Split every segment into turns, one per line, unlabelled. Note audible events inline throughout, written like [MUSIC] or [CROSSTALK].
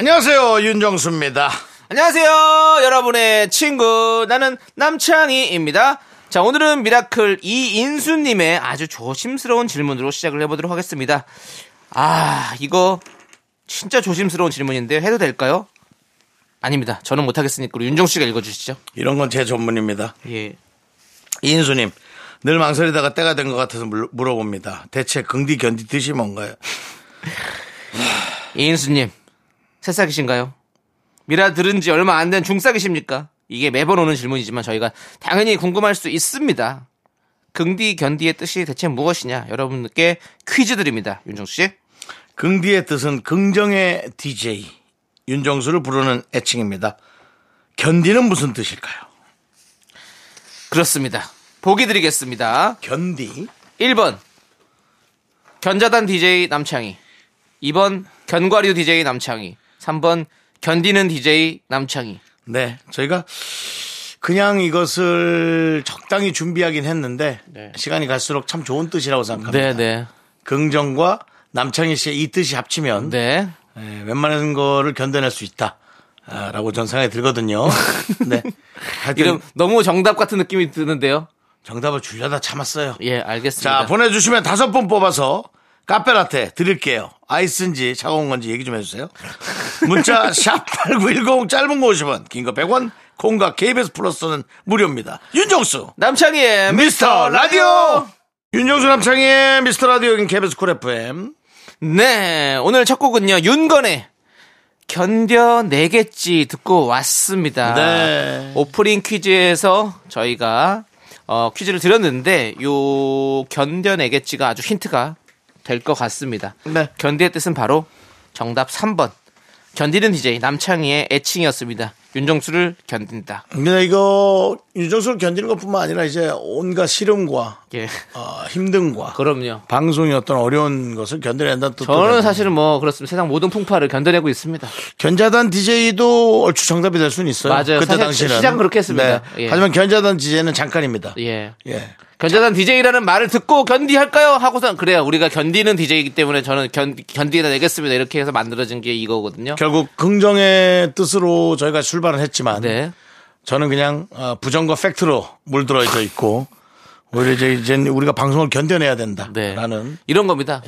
안녕하세요 윤정수입니다.
안녕하세요 여러분의 친구 나는 남창희입니다 자 오늘은 미라클 이인수님의 아주 조심스러운 질문으로 시작을 해보도록 하겠습니다 아 이거 진짜 조심스러운 질문인데 해도 될까요? 아닙니다 저는 못하겠으니까 우리 윤정씨가 읽어주시죠
이런 건 제 전문입니다.
예
이인수님 늘 망설이다가 때가 된 것 같아서 물- 물어봅니다. 대체 긍디 견디 뜻이 뭔가요?
이인수님 새싹이신가요? 미라 들은 지 얼마 안 된 중싹이십니까? 이게 매번 오는 질문이지만 저희가 당연히 궁금할 수 있습니다. 긍디 견디의 뜻이 대체 무엇이냐? 여러분께 퀴즈 드립니다. 윤정수 씨.
긍디의 뜻은 긍정의 DJ 윤정수를 부르는 애칭입니다. 견디는 무슨 뜻일까요?
그렇습니다. 보기 드리겠습니다.
견디
1번 견자단 DJ 남창희 2번 견과류 DJ 남창희 3번 견디는 DJ 남창희
네, 저희가 그냥 이것을 적당히 준비하긴 했는데
네.
시간이 갈수록 참 좋은 뜻이라고 생각합니다.
네네
긍정과 남창희 씨의 이 뜻이 합치면
네.
예, 웬만한 거를 견뎌낼 수 아, 있다라고 전 생각이 들거든요.
[LAUGHS]
네, 하여튼
이름 너무 정답 같은 느낌이 드는데요.
정답을 주려다 참았어요.
예, 알겠습니다.
자, 보내주시면 다섯 분 뽑아서 카페라떼 드릴게요. 아이스인지 차가운 건지 얘기 좀 해주세요.
[LAUGHS]
문자 샵8910 짧은 거 50원, 긴 거 100원, 콩과 KBS 플러스는 무료입니다. 윤정수!
남창희의
미스터 라디오! 윤정수 남창희의 미스터 라디오 여긴 KBS 쿨 FM.
네 오늘 첫 곡은요 윤건의 견뎌내겠지 듣고 왔습니다
네.
오프닝 퀴즈에서 저희가 어, 퀴즈를 드렸는데 요 견뎌내겠지가 아주 힌트가 될 것 같습니다
네.
견디의 뜻은 바로 정답 3번 견디는 DJ 남창희의 애칭이었습니다 윤정수를 견딘다
근데 이거 윤정수를 견디는 것 뿐만 아니라 이제 온갖 시름과
예
어, 힘듦과
그럼요
방송이 어떤 어려운 것을 견뎌낸다는 뜻도
저는
되고.
사실은 뭐 그렇습니다 세상 모든 풍파를 견뎌내고 있습니다
견자단 DJ도 얼추 정답이 될 수는 있어요.
맞아요.
그때
사실
당시는
시장 그렇게 했습니다.
네.
예.
하지만 견자단 DJ는 잠깐입니다. 예.
예 견자단 DJ라는 말을 듣고 견디할까요? 하고선 그래요. 우리가 견디는 DJ이기 때문에 저는 견, 견디에다 내겠습니다. 이렇게 해서 만들어진 게 이거거든요.
결국 긍정의 뜻으로 저희가 출발을 했지만
네.
저는 그냥 어, 부정과 팩트로 물들어져 있고 오히려 이제 이제 우리가 방송을 견뎌내야
네.
된다라는 예.
이런 겁니다.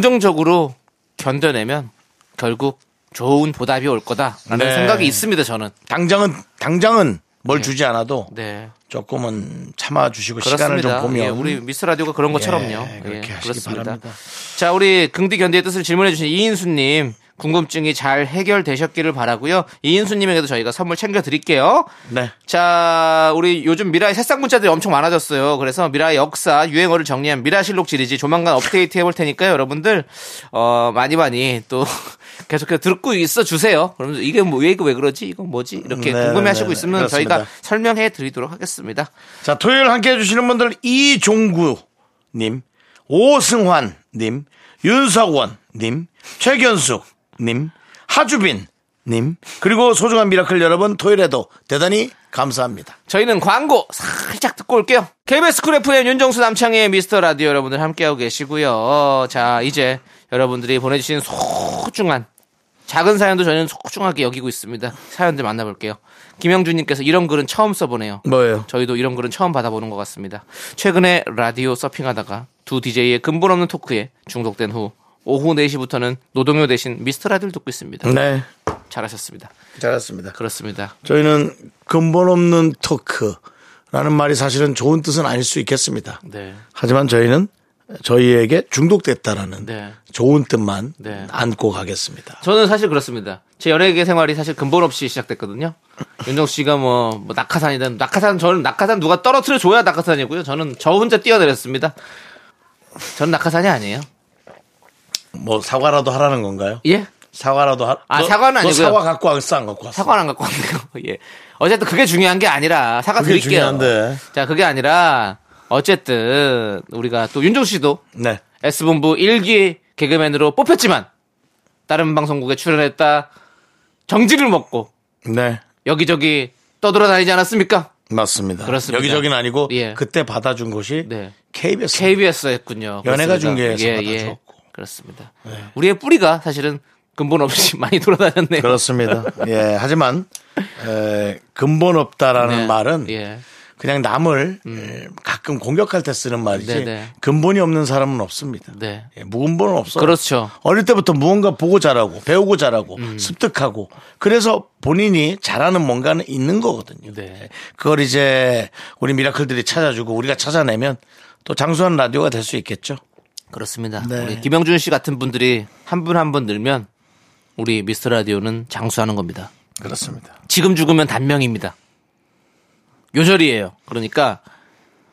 긍정적으로 견뎌내면 결국 좋은 보답이 올 거다라는
네.
생각이 있습니다. 저는.
당장은 당장은 뭘 주지 않아도
네.
조금은 참아 주시고
그렇습니다.
시간을 좀 보면
예, 우리 미스 라디오가 그런 것처럼요.
예, 그렇게 하시기 바랍니다.
자, 우리 긍디 견디의 뜻을 질문해 주신 이인수 님 궁금증이 잘 해결되셨기를 바라고요. 이인수 님에게도 저희가 선물 챙겨 드릴게요.
네.
자, 우리 요즘 미라의 새싹 문자들이 엄청 많아졌어요. 그래서 미라의 역사, 유행어를 정리한 미라실록 지리지 조만간 업데이트 해볼 테니까요. 여러분들, 어, 많이 많이 또 [LAUGHS] 계속해서 듣고 있어 주세요. 그러면 이게 뭐, 왜, 이거 왜 그러지? 이건 뭐지? 이렇게
네,
궁금해
네,
하시고
네,
있으면
그렇습니다.
저희가 설명해 드리도록 하겠습니다.
자, 토요일 함께 해주시는 분들, 이종구님, 오승환님, 윤석원님, 최견숙님, 하주빈님, 그리고 소중한 미라클 여러분, 토요일에도 대단히 감사합니다.
저희는 광고 살짝 듣고 올게요. KBS 쿨 FM 윤정수 남창희의 미스터 라디오 여러분들 함께하고 계시고요. 자, 이제 여러분들이 보내주신 소중한 작은 사연도 저희는 소중하게 여기고 있습니다. 사연들 만나볼게요. 김영준님께서 이런 글은 처음 써보네요.
뭐예요?
저희도 이런 글은 처음 받아보는 것 같습니다. 최근에 라디오 서핑하다가 두 DJ의 근본 없는 토크에 중독된 후 오후 4시부터는 노동요 대신 미스터 라디오를 듣고 있습니다.
네.
잘하셨습니다.
잘했습니다.
그렇습니다.
저희는 근본 없는 토크라는 말이 사실은 좋은 뜻은 아닐 수 있겠습니다.
네.
하지만 저희는 저희에게 중독됐다라는
네.
좋은 뜻만
네.
안고 가겠습니다.
저는 사실 그렇습니다. 제 연예계 생활이 사실 근본 없이 시작됐거든요. 윤정수 씨가 뭐, 뭐 낙하산이든 낙하산 저는 낙하산 누가 떨어뜨려 줘야 낙하산이고요. 저는 저 혼자 뛰어내렸습니다. 저는 낙하산이 아니에요.
뭐 사과라도 하라는 건가요?
예?
사과라도 하.
아,
너-
사과는
너
아니고요.
사과 갖고 왔어 안 갖고 왔어.
사과는 안 갖고 왔네요. [LAUGHS] 예. 어쨌든 그게 중요한 게 아니라 사과
그게
드릴게요.
중요한데.
자, 그게 아니라 어쨌든 우리가 또 윤정 씨도
네.
S본부 1기 개그맨으로 뽑혔지만 다른 방송국에 출연했다 정지를 먹고
네.
여기저기 떠돌아다니지 않았습니까?
맞습니다.
그렇습니다.
여기저기는 아니고
예.
그때 받아준 곳이
네.
KBS.
KBS 했군요.
연예가
그렇습니다.
중계에서
예,
받아줬고. 네.
예. 그렇습니다. 우리의 뿌리가 사실은 근본 없이 [LAUGHS] 많이
[LAUGHS]
돌아다녔네요.
그렇습니다. 예. 하지만 에, 근본 없다라는
네.
말은
예.
그냥 남을 에, 가끔 공격할 때 쓰는 말이지
음. 네, 네. 근본이
근본이 없는 사람은 없습니다.
네.
예, 무근본은 없어요.
그렇죠. 음.
어릴 때부터 무언가 보고 자라고 배우고 자라고 습득하고 그래서 본인이 잘하는 뭔가는 있는 거거든요. 예,
네.
그걸 이제 우리 미라클들이 찾아주고 우리가 찾아내면 또 장수한 라디오가 될 수 있겠죠.
그렇습니다.
네.
우리 김영준 씨 같은 분들이 한 분 한 분 늘면 우리 미스터 라디오는 장수하는 겁니다.
그렇습니다.
지금 죽으면 단명입니다. 요절이에요. 그러니까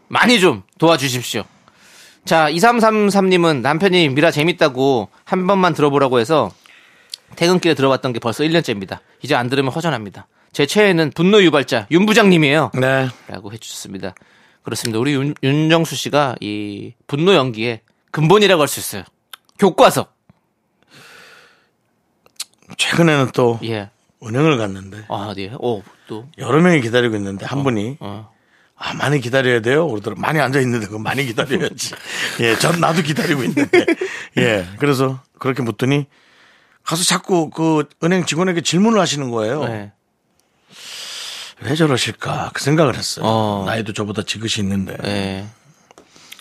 많이 좀 도와주십시오. 자, 2333님은 남편이 미라 재밌다고 한 번만 들어보라고 해서 퇴근길에 들어봤던 게 벌써 1년째입니다. 이제 안 들으면 허전합니다. 제 최애는 분노 유발자 윤 부장님이에요.
네.
라고 해주셨습니다. 그렇습니다. 우리 윤, 윤정수 씨가 이 분노 연기의 근본이라고 할 수 있어요. 교과서.
최근에는 또
예.
은행을 갔는데
아, 예. 오, 또.
여러 명이 기다리고 있는데 한 분이
어.
아, 많이 기다려야 돼요. 그러더라고. 많이 앉아 있는데 그거 많이 기다려야지. [LAUGHS] 예, 전 나도 기다리고
[LAUGHS]
있는데. 예, 그래서 그렇게 묻더니 가서 자꾸 그 은행 직원에게 질문을 하시는 거예요.
예.
왜 저러실까 그 생각을 했어요.
어.
나이도 저보다 지긋이 있는데
예.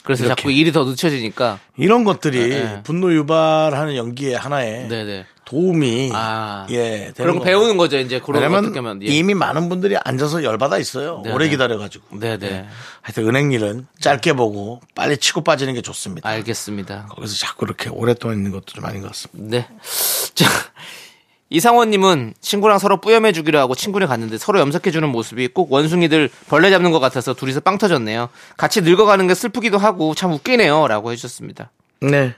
그래서
이렇게.
자꾸 일이 더 늦춰지니까.
이런 것들이
네.
분노 유발하는 연기의 하나의
네네.
도움이
아.
예 되는
그런 거
거예요.
배우는 거죠. 이제 그런 거
왜냐면
어떻게 하면. 예.
이미 많은 분들이 앉아서 열받아 있어요.
네,
오래
네.
기다려가지고.
네네.
하여튼 은행 일은 짧게 보고 빨리 치고 빠지는 게 좋습니다.
알겠습니다.
거기서 자꾸 이렇게 오랫동안 있는 것도 좀 아닌 것 같습니다.
네. [LAUGHS] 자. 이상원님은 친구랑 서로 뿌염해 주기로 하고 친구네 갔는데 서로 염색해주는 모습이 꼭 원숭이들 벌레 잡는 것 같아서 둘이서 빵 터졌네요. 같이 늙어가는 게 슬프기도 하고 참 웃기네요. 라고 해주셨습니다.
네.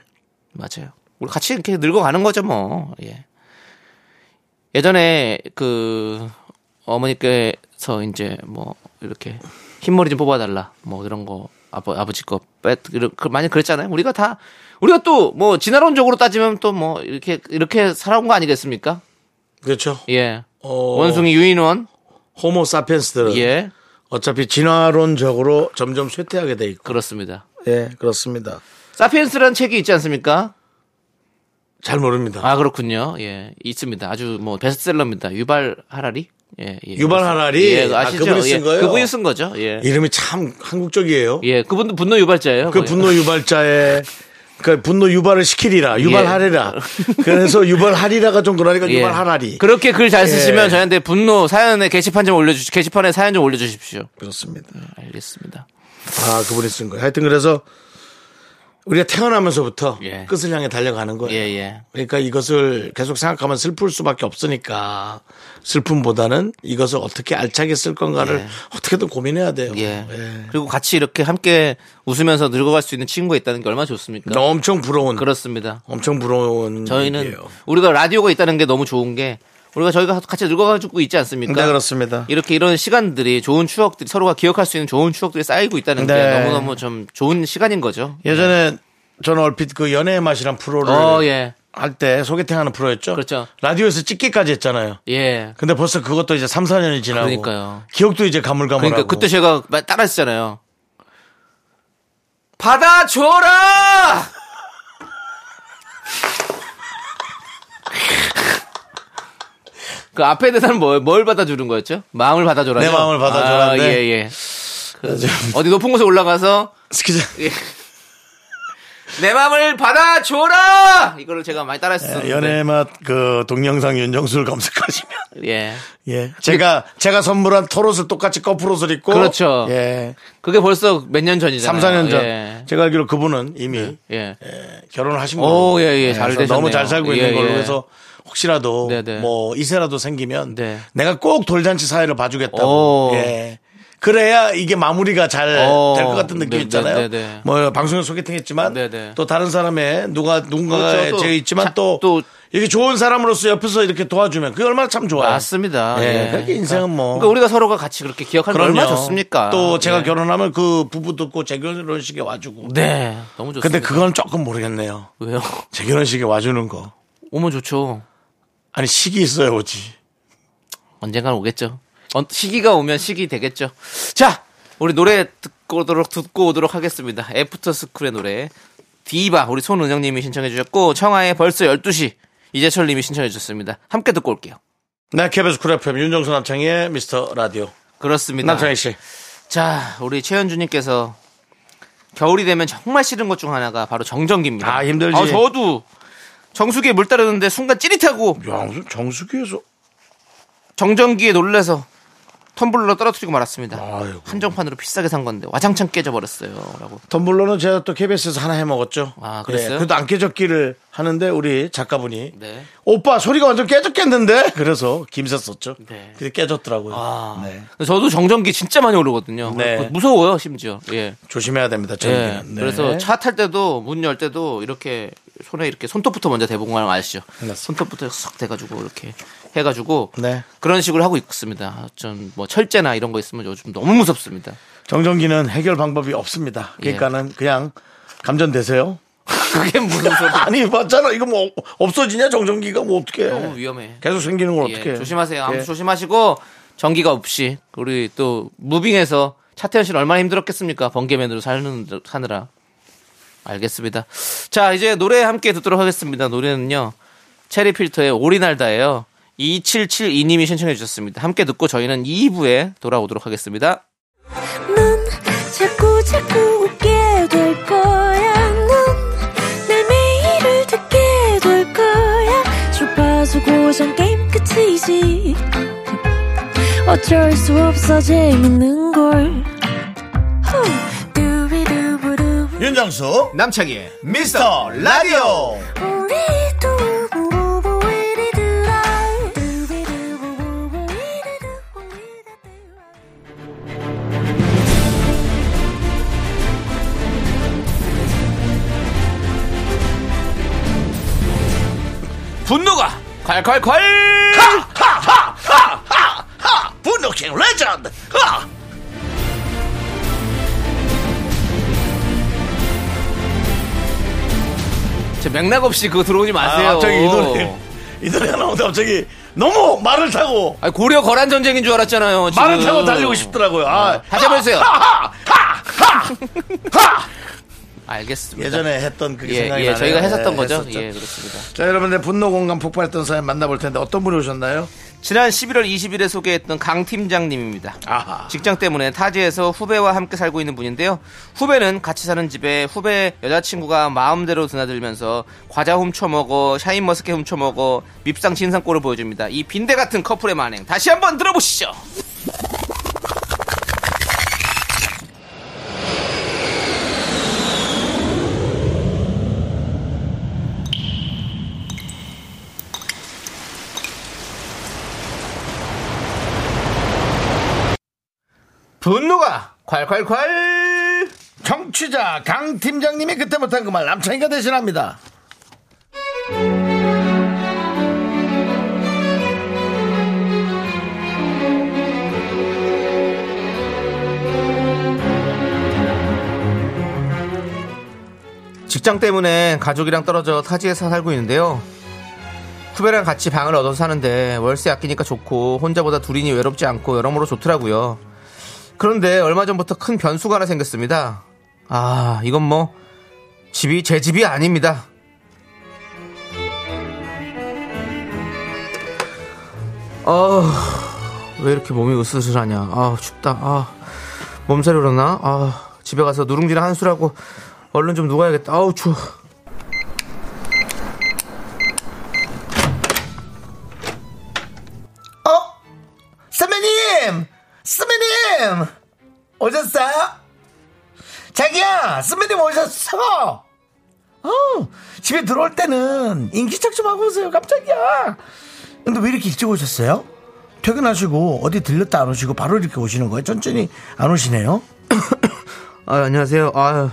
맞아요. 우리 같이 이렇게 늙어가는 거죠, 뭐. 예. 예전에 그 어머니께서 이제 뭐 이렇게 흰머리 좀 뽑아달라 뭐 이런 거 아버 아버지 거 뺏, 이런 그 많이 그랬잖아요. 우리가 다 우리가 또 뭐 진화론적으로 따지면 또 뭐 이렇게 이렇게 살아온 거 아니겠습니까?
그렇죠.
예.
어.
원숭이 유인원
호모 사피엔스들은
예
어차피 진화론적으로 점점 쇠퇴하게 돼 있고.
그렇습니다.
예, 그렇습니다.
사피엔스라는 책이 있지 않습니까?
잘 모릅니다.
아 그렇군요. 예 있습니다. 아주 뭐 베스트셀러입니다. 유발 하라리. 예, 예.
유발 하라리?
예,
아,
아시죠?
그분이 쓴
예,
거예요?
그분이 쓴 거죠. 예.
이름이 참 한국적이에요.
예, 그분도 분노 유발자예요.
그
거의.
분노 유발자의 그 분노 유발을 시키리라 유발하리라 그래서 유발하리라가 좀 그러니까
예.
유발하라리
그렇게 글 잘 쓰시면
예.
저희한테 분노 사연에 게시판 좀 올려주 게시판에 사연 좀 올려주십시오.
그렇습니다
알겠습니다.
아 그분이 쓴 거예요 하여튼 그래서 우리가 태어나면서부터
예.
끝을 향해 달려가는 거예요
예, 예.
그러니까 이것을 계속 생각하면 슬플 수밖에 없으니까 슬픔보다는 이것을 어떻게 알차게 쓸 건가를
예.
어떻게든 고민해야 돼요
예.
예.
그리고 같이 이렇게 함께 웃으면서 늙어갈 수 있는 친구가 있다는 게 얼마나 좋습니까?
엄청 부러운
그렇습니다.
엄청 부러운
저희는
얘기예요.
우리가 라디오가 있다는 게 너무 좋은 게 우리가 저희가 같이 늙어가지고 있지 않습니까?
네, 그렇습니다.
이렇게 이런 시간들이 좋은 추억들이 서로가 기억할 수 있는 좋은 추억들이 쌓이고 있다는
네.
게 너무너무 좀 좋은 시간인 거죠.
예전에 그 저는 얼핏 그 연애의 맛이란 프로를
어, 예.
할 때 소개팅하는 프로였죠.
그렇죠.
라디오에서 찍기까지 했잖아요.
예.
근데 벌써 그것도 이제 3, 4년이 지나고
그러니까요.
기억도 이제 가물가물하고
그러니까 그때 제가 마- 따라했잖아요. 받아줘라! [LAUGHS] 그 앞에 대사는 뭘, 뭘 받아주는 거였죠? 마음을 받아줘라.
내 마음을 받아줘라.
아,
네.
예, 예.
그래서 [LAUGHS]
어디 높은 곳에 올라가서
스키장
예. 내 마음을 받아줘라! 이거를 제가 많이 따라했었는데.
예, 연애의 맛그 동영상 윤정수를 검색하시면
[LAUGHS] 예.
예 제가 제가 선물한 털옷을 똑같이 거풀옷을 입고
그렇죠.
예
그게 벌써 몇 년 전이잖아요.
3, 4년 전
예.
제가 알기로 그분은 이미
예.
예, 결혼을 하신
오,
걸로
예, 예, 잘
그래서 너무
되셨네요.
잘 살고 있는
예,
걸로
예.
해서 혹시라도
네, 네.
뭐 이세라도 생기면
네.
내가 꼭 돌잔치 사회를 봐주겠다고
오.
예. 그래야 이게 마무리가 잘 될
어,
것 같은 느낌
네,
있잖아요.
네, 네, 네.
뭐 방송에 소개팅했지만
네, 네.
또 다른 사람의 누가 누군가에
그렇죠, 또
제가 있지만
자,
또,
또-
이게 좋은 사람으로서 옆에서 이렇게 도와주면 그게 얼마나 참 좋아요.
맞습니다.
예, 그렇게 인생은 뭐.
그러니까 우리가 서로가 같이 그렇게 기억하는 게
그럼요.
얼마나 좋습니까?
또 제가
네.
결혼하면 그 부부 듣고 제 결혼식에 와주고.
네, 너무 좋습니다.
근데 그- 그건 조금 모르겠네요.
왜요? [LAUGHS]
제 결혼식에 와주는 거.
오면 좋죠.
아니 식이 있어야 오지.
언젠간 오겠죠. 어, 시기가 오면 시기 되겠죠. 자, 우리 노래 듣고 오도록, 듣고 오도록 하겠습니다. 애프터 스쿨의 노래. 디바, 우리 손은영님이 신청해주셨고, 청하의 벌써 12시, 이재철님이 신청해주셨습니다. 함께 듣고 올게요.
네, KBS 쿨 FM 윤정수 남창희의 미스터 라디오.
그렇습니다.
남창희 씨.
자, 우리 최현주님께서 겨울이 되면 정말 싫은 것 중 하나가 바로 정전기입니다.
아, 힘들지.
아, 저도 정수기에 물 따르는데 순간 찌릿하고
야, 무슨 정수기에서.
정전기에 놀래서 텀블러 떨어뜨리고 말았습니다.
아이고.
한정판으로 비싸게 산 건데 와장창 깨져버렸어요.라고.
덤블러는 제가 또 KBS에서 하나 해 먹었죠. 네,
아, 그랬어요?
그래도 안 깨졌기를 하는데 우리 작가분이
네.
오빠 소리가 완전 깨졌겠는데 [LAUGHS] 그래서 김샜었죠.
네.
근데 깨졌더라고요.
아,
네.
저도 정전기 진짜 많이 오르거든요.
네.
그래서 무서워요, 심지어. 예.
조심해야 됩니다.
예.
저는. 네.
그래서 차 탈 때도 문 열 때도 이렇게 손에 이렇게 손톱부터 먼저 대본 거 아시죠?
맞습니다.
손톱부터 싹 대가지고 이렇게 해가지고
네.
그런 식으로 하고 있습니다. 전 뭐 철제나 이런 거 있으면 요즘 너무 무섭습니다.
정전기는 해결 방법이 없습니다. 그러니까는 그냥 감전되세요.
그게 무슨 소리?
[LAUGHS] 아니 맞잖아. 이거 뭐 없어지냐 정전기가 뭐 어떻게?
너무 위험해.
계속 생기는 걸
예,
어떻게?
조심하세요. 아무 조심하시고 전기가 없이 우리 또 무빙에서 차태현 씨는 얼마나 힘들었겠습니까? 번개맨으로 사는 사느라. 알겠습니다. 자 이제 노래 함께 듣도록 하겠습니다. 노래는요 체리 필터의 오리날다예요. 2772님이 신청해 주셨습니다. 함께 듣고 저희는 2부에 돌아오도록 하겠습니다.
넌 자꾸 자꾸 웃게 될 거야. 넌내 매일을 듣게 될 거야. 주파수 고정 게임 끝이지. 어쩔 수 없어 재밌는 걸. 후. 두비두부두.
윤정수
남창희의
미스터 라디오.
우리 두부부부 우리 두라. 두비두부부부 우리 두부 우리 두라.
분노가 콸콸콸
하하하하하 아, 분노킹 레전드. 아, 하!
제 맥락 없이 그거 들어오지
아,
마세요.
갑자기 이 노래 이 노래가 나오는데 갑자기 너무 말을 타고
아니, 고려 거란 전쟁인 줄 알았잖아요. 지금.
말을 타고 달리고 싶더라고요. 아,
음. 다시 한번 해주세요.
하하하하
알겠습니다.
예전에 했던 그게
예,
생각이
예,
나네요.
저희가 했었던
예,
거죠.
했었죠.
예, 그렇습니다.
자 여러분들 분노 공감 폭발했던 사연 만나볼 텐데 어떤 분이 오셨나요?
지난 11월 20일에 소개했던 강 팀장님입니다.
아하.
직장 때문에 타지에서 후배와 함께 살고 있는 분인데요. 후배는 같이 사는 집에 후배 여자친구가 마음대로 드나들면서 과자 훔쳐먹어, 샤인머스켓 훔쳐먹어, 밉상 진상꼴을 보여줍니다. 이 빈대 같은 커플의 만행 다시 한번 들어보시죠. 분노가 콸콸콸!
정취자 강 팀장님이 그때 못한 그 말 남창이가 대신합니다.
직장 때문에 가족이랑 떨어져 타지에서 살고 있는데요. 후배랑 같이 방을 얻어서 사는데 월세 아끼니까 좋고 혼자보다 둘이니 외롭지 않고 여러모로 좋더라고요. 그런데 얼마 전부터 큰 변수가 하나 생겼습니다. 아, 이건 뭐 집이 제 집이 아닙니다. 어, 왜 이렇게 몸이 으스스하냐. 아, 춥다. 아, 몸살이 오려나? 아, 집에 가서 누룽지나 한술하고 얼른 좀 누워야겠다. 아우, 추워.
어? 선배님! 선배님! 오셨어요? 자기야! 선배님 오셨어! 어, 집에 들어올 때는 인기척 좀 하고 오세요. 깜짝이야! 근데 왜 이렇게 일찍 오셨어요?
퇴근하시고 어디 들렸다 안 오시고 바로 이렇게 오시는 거예요? 천천히 안 오시네요?
아, 안녕하세요. 아,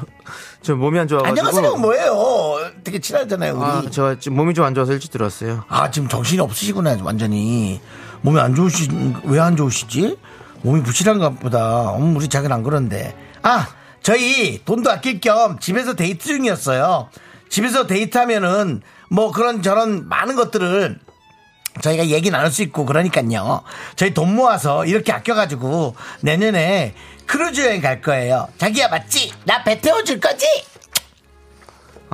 저 몸이 안 어, 좋아가지고.
안녕하세요 뭐예요? 뭐. 되게 친하잖아요 우리.
아, 저 지금 몸이 좀 안 좋아서 일찍 들었어요.
아 지금 정신이 없으시구나 완전히 몸이 안 좋으신 왜 안 좋으시지 몸이 부실한가 보다 음, 우리 자기는 안 그런데 아 저희 돈도 아낄 겸 집에서 데이트 중이었어요 집에서 데이트하면은 뭐 그런 저런 많은 것들을 저희가 얘기 나눌 수 있고 그러니까요 저희 돈 모아서 이렇게 아껴가지고 내년에 크루즈 여행 갈 거예요 자기야 맞지 나 배 태워줄 거지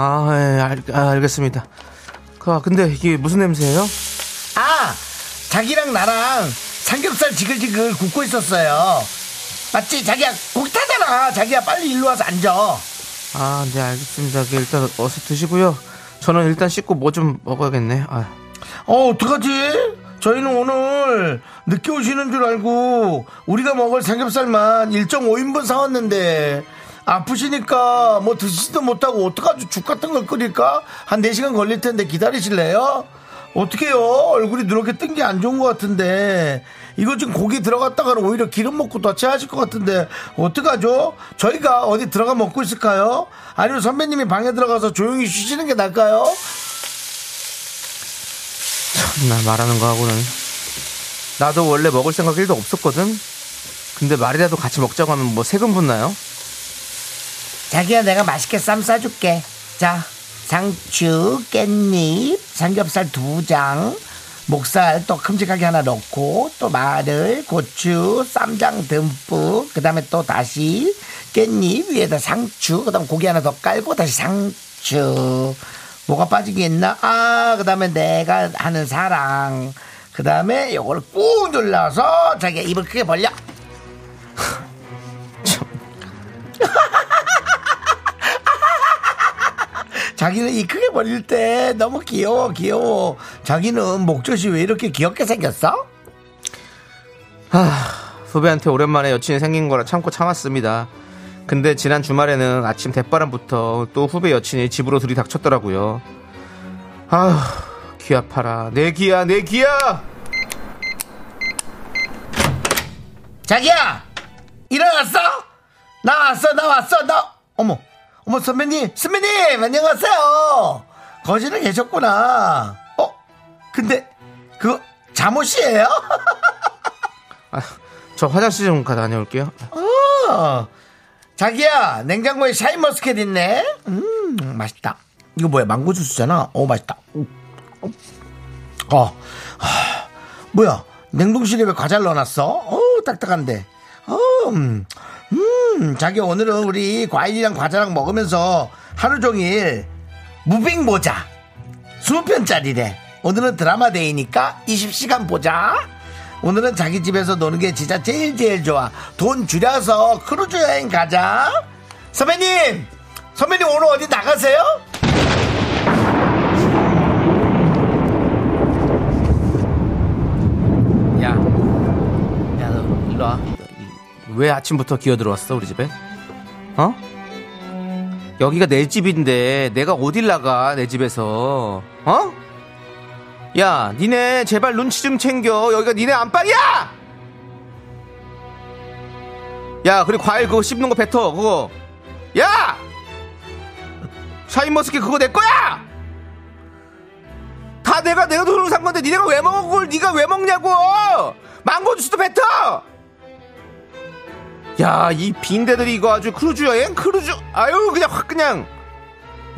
아, 예, 알, 아, 알겠습니다. 아, 근데 이게 무슨 냄새예요?
아 자기랑 나랑 삼겹살 지글지글 굽고 있었어요 맞지 자기야 고기 타잖아 자기야 빨리 일로 와서 앉아
아, 네, 알겠습니다. 그 일단 어서 드시고요. 저는 일단 씻고 뭐 좀 먹어야겠네. 아,
어 어떡하지 저희는 오늘 늦게 오시는 줄 알고 우리가 먹을 삼겹살만 1.5인분 사왔는데 아프시니까 뭐 드시지도 못하고 어떡하지 죽 같은 걸 끓일까 한 4시간 걸릴 텐데 기다리실래요 어떡해요 얼굴이 누렇게 뜬 게 안 좋은 것 같은데 이거 지금 고기 들어갔다가는 오히려 기름 먹고 다체하실 것 같은데 어떡하죠? 저희가 어디 들어가 먹고 있을까요? 아니면 선배님이 방에 들어가서 조용히 쉬시는 게 나을까요?
나 말하는 거하고는. 나도 원래 먹을 생각 1도 없었거든? 근데 말이라도 같이 먹자고 하면 뭐 세금 붙나요?
자기야 내가 맛있게 쌈 싸줄게 자 상추 깻잎 삼겹살 두장 목살 또 큼직하게 하나 넣고 또 마늘 고추 쌈장 듬뿍 그 다음에 또 다시 깻잎 위에다 상추 그 다음 고기 하나 더 깔고 다시 상추 뭐가 빠지겠나 아그 다음에 내가 하는 사랑 그 다음에 요걸 꾹 눌러서 자기가 입을 크게 벌려 자기는 이 크게 벌릴 때 너무 귀여워 귀여워 자기는 목젖이 왜 이렇게 귀엽게 생겼어?
후배한테 오랜만에 여친이 생긴 거라 참고 참았습니다. 근데 지난 주말에는 아침 대바람부터 또 후배 여친이 집으로 들이닥쳤더라고요. 아휴, 귀 아파라. 내 귀야, 내 귀야!
자기야 일어났어? 나 왔어 나 왔어 나 어머 어머 선배님 선배님 안녕하세요 거실에 계셨구나 어 근데 그 잠옷이에요?
아, 저 화장실 좀 가다 다녀올게요.
어, 자기야 냉장고에 샤인머스켓 있네 음 맛있다 이거 뭐야 망고 주스잖아 어 맛있다 어 하, 뭐야 냉동실에 왜 과자를 넣어놨어 어 딱딱한데 어, 음, 음 자기 오늘은 우리 과일이랑 과자랑 먹으면서 하루 종일 무빙 보자 20편짜리래 오늘은 드라마 데이니까 20시간 보자 오늘은 자기 집에서 노는 게 진짜 제일 제일 좋아 돈 줄여서 크루즈 여행 가자 선배님 선배님 오늘 어디 나가세요?
야, 야, 너 일로 와. 왜 아침부터 기어 들어왔어 우리 집에? 어? 여기가 내 집인데 내가 어딜 나가 내 집에서? 어? 야, 니네 제발 눈치 좀 챙겨. 여기가 니네 안방이야. 야, 그리고 과일 그거 씹는 거 뱉어 그거. 야, 샤인머스켓 그거 내 거야. 다 내가 내가 돈으로 산 건데 니네가 왜 먹어 그걸 니가 왜 먹냐고 망고 주스도 뱉어 야 이 빈대들이 이거 아주 크루즈 여행 크루즈 아유 그냥 확 그냥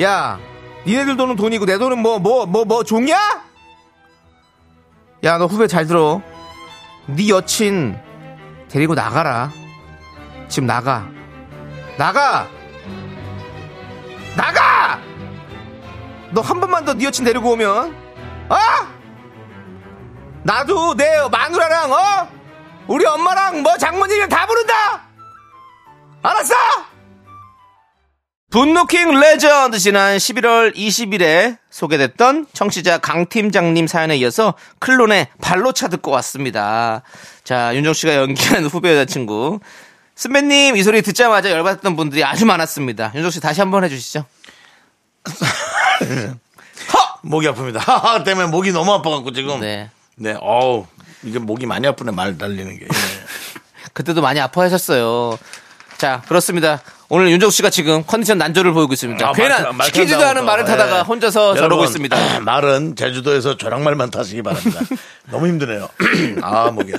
야 니네들 돈은 돈이고 내 돈은 뭐 뭐 뭐 뭐 종이야 야 너 후배 잘 들어 니 여친 데리고 나가라 지금 나가 나가 나가 너 한 번만 더 네 여친 데리고 오면 어? 나도 내 마누라랑 어? 우리 엄마랑 뭐 장모님이랑 다 부른다 알았어? 분노킹 레전드 지난 11월 20일에 소개됐던 청취자 강 팀장님 사연에 이어서 클론의 발로차 듣고 왔습니다. 자, 윤정 씨가 연기한 후배 여자친구. 선배님, 이 소리 듣자마자 열받았던 분들이 아주 많았습니다. 윤정 씨 다시 한번 해주시죠.
[LAUGHS] 목이 아픕니다. 하하 때문에 목이 너무 아파갖고 지금. 네.
네.
네, 어우. 이게 목이 많이 아프네 말 달리는 게. 예.
그때도 많이 아파하셨어요. 자, 그렇습니다. 오늘 윤정수 씨가 지금 컨디션 난조를 보이고 있습니다.
아,
괜한
말 타- 말
시키지도
탄다고
않은
또.
말을 타다가
예.
혼자서 저러고
여러분, 아,
있습니다.
말은 제주도에서 조랑말만 타시기
[LAUGHS]
바랍니다. 너무 힘드네요. [CLEARS THROAT] 아 목이야.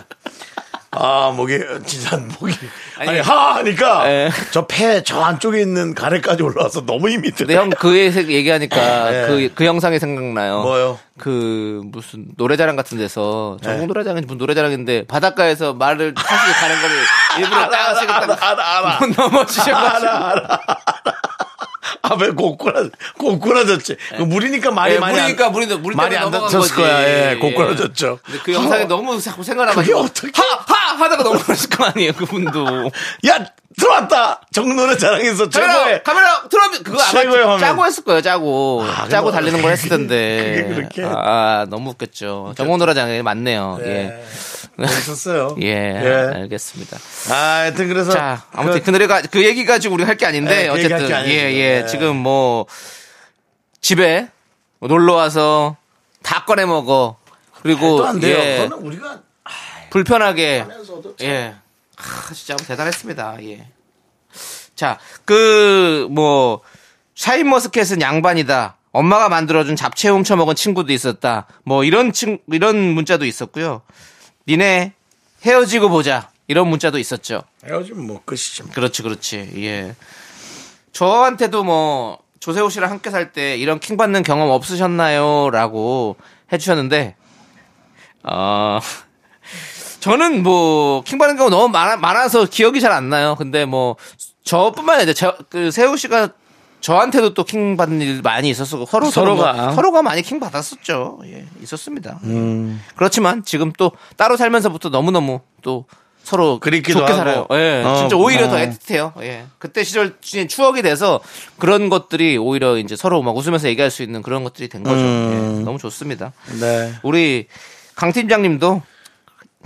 아 목이 진짜 목이 아니,
아니,
하 하니까
예.
저 폐 저 안쪽에 있는 가래까지 올라와서 너무 힘이 드네.
근데
[LAUGHS]
형 그 얘기하니까
예.
그, 그 영상이 생각나요.
뭐요?
그 무슨 노래자랑 같은 데서 전국 노래자랑인지 무슨 노래자랑인데 바닷가에서 말을 타시고 가는 거를 일부러
알아, 알아, 알아, 알아.
따라시겠다고 못 넘어지셔가지고
알아 알아. 아왜 고꾸라 고꾸라졌지? 그 물이니까 말이
예,
많이
물이니까
안,
물이 물이
말이
때문에
안
넘어간
다쳤을
거지.
거야. 예,
예.
고꾸라졌죠.
근데 그 영상이
하,
너무 자꾸 생각나가지고
아, 그게 어떻게?
하하 하다가 넘어가실 거 아니에요
[LAUGHS]
그분도.
야 들어왔다. 정론의 자랑에서 최고의
카메라 카메라 트럼프 그거
최고의
아마
화면.
짜고 했을 거예요 짜고
아,
짜고
[LAUGHS] 그거-
달리는 걸 했을 텐데
그게 그렇게-
아 너무 웃겼죠 정원 노래장에 맞네요
예.
예.
재밌었어요.
[LAUGHS] 예,
예.
알겠습니다.
아, 하여튼 그래서
자, 아무튼 그,
그-
노래가 그 얘기 가지고 우리 할 게 아닌데
예, 그 얘기할
어쨌든
게 아니에요,
예,
지금.
예,
예.
지금 뭐 집에 놀러 와서 다 꺼내 먹어. 그리고
아, 또안 돼요.
예,
그거는 우리가
불편하게
하면서도 참-
예. 하, 진짜 대단했습니다. 예. 자, 그, 뭐, 샤인머스켓은 양반이다. 엄마가 만들어준 잡채 훔쳐먹은 친구도 있었다. 뭐, 이런 친, 이런 문자도 있었고요. 니네 헤어지고 보자. 이런 문자도 있었죠.
헤어지면 뭐 끝이죠.
그렇지, 그렇지. 예. 저한테도 뭐, 조세호 씨랑 함께 살 때 이런 킹받는 경험 없으셨나요? 라고 해주셨는데, 어, [LAUGHS] 저는 뭐, 킹받는 경우 너무 많아, 많아서 기억이 잘 안 나요. 근데 뭐, 저뿐만 아니라, 저, 그, 세호 씨가 저한테도 또 킹받는 일 많이 있었고, 서로, 서로
서로가.
뭐, 서로가 많이 킹받았었죠. 예, 있었습니다.
음.
그렇지만 지금 또 따로 살면서부터 너무너무 또 서로
그립기도
좋게
하고.
살아요. 예,
어,
진짜 오히려 더
어.
애틋해요. 예. 그때 시절 진- 추억이 돼서 그런 것들이 오히려 이제 서로 막 웃으면서 얘기할 수 있는 그런 것들이 된 거죠.
음.
예, 너무 좋습니다.
네.
우리 강 팀장님도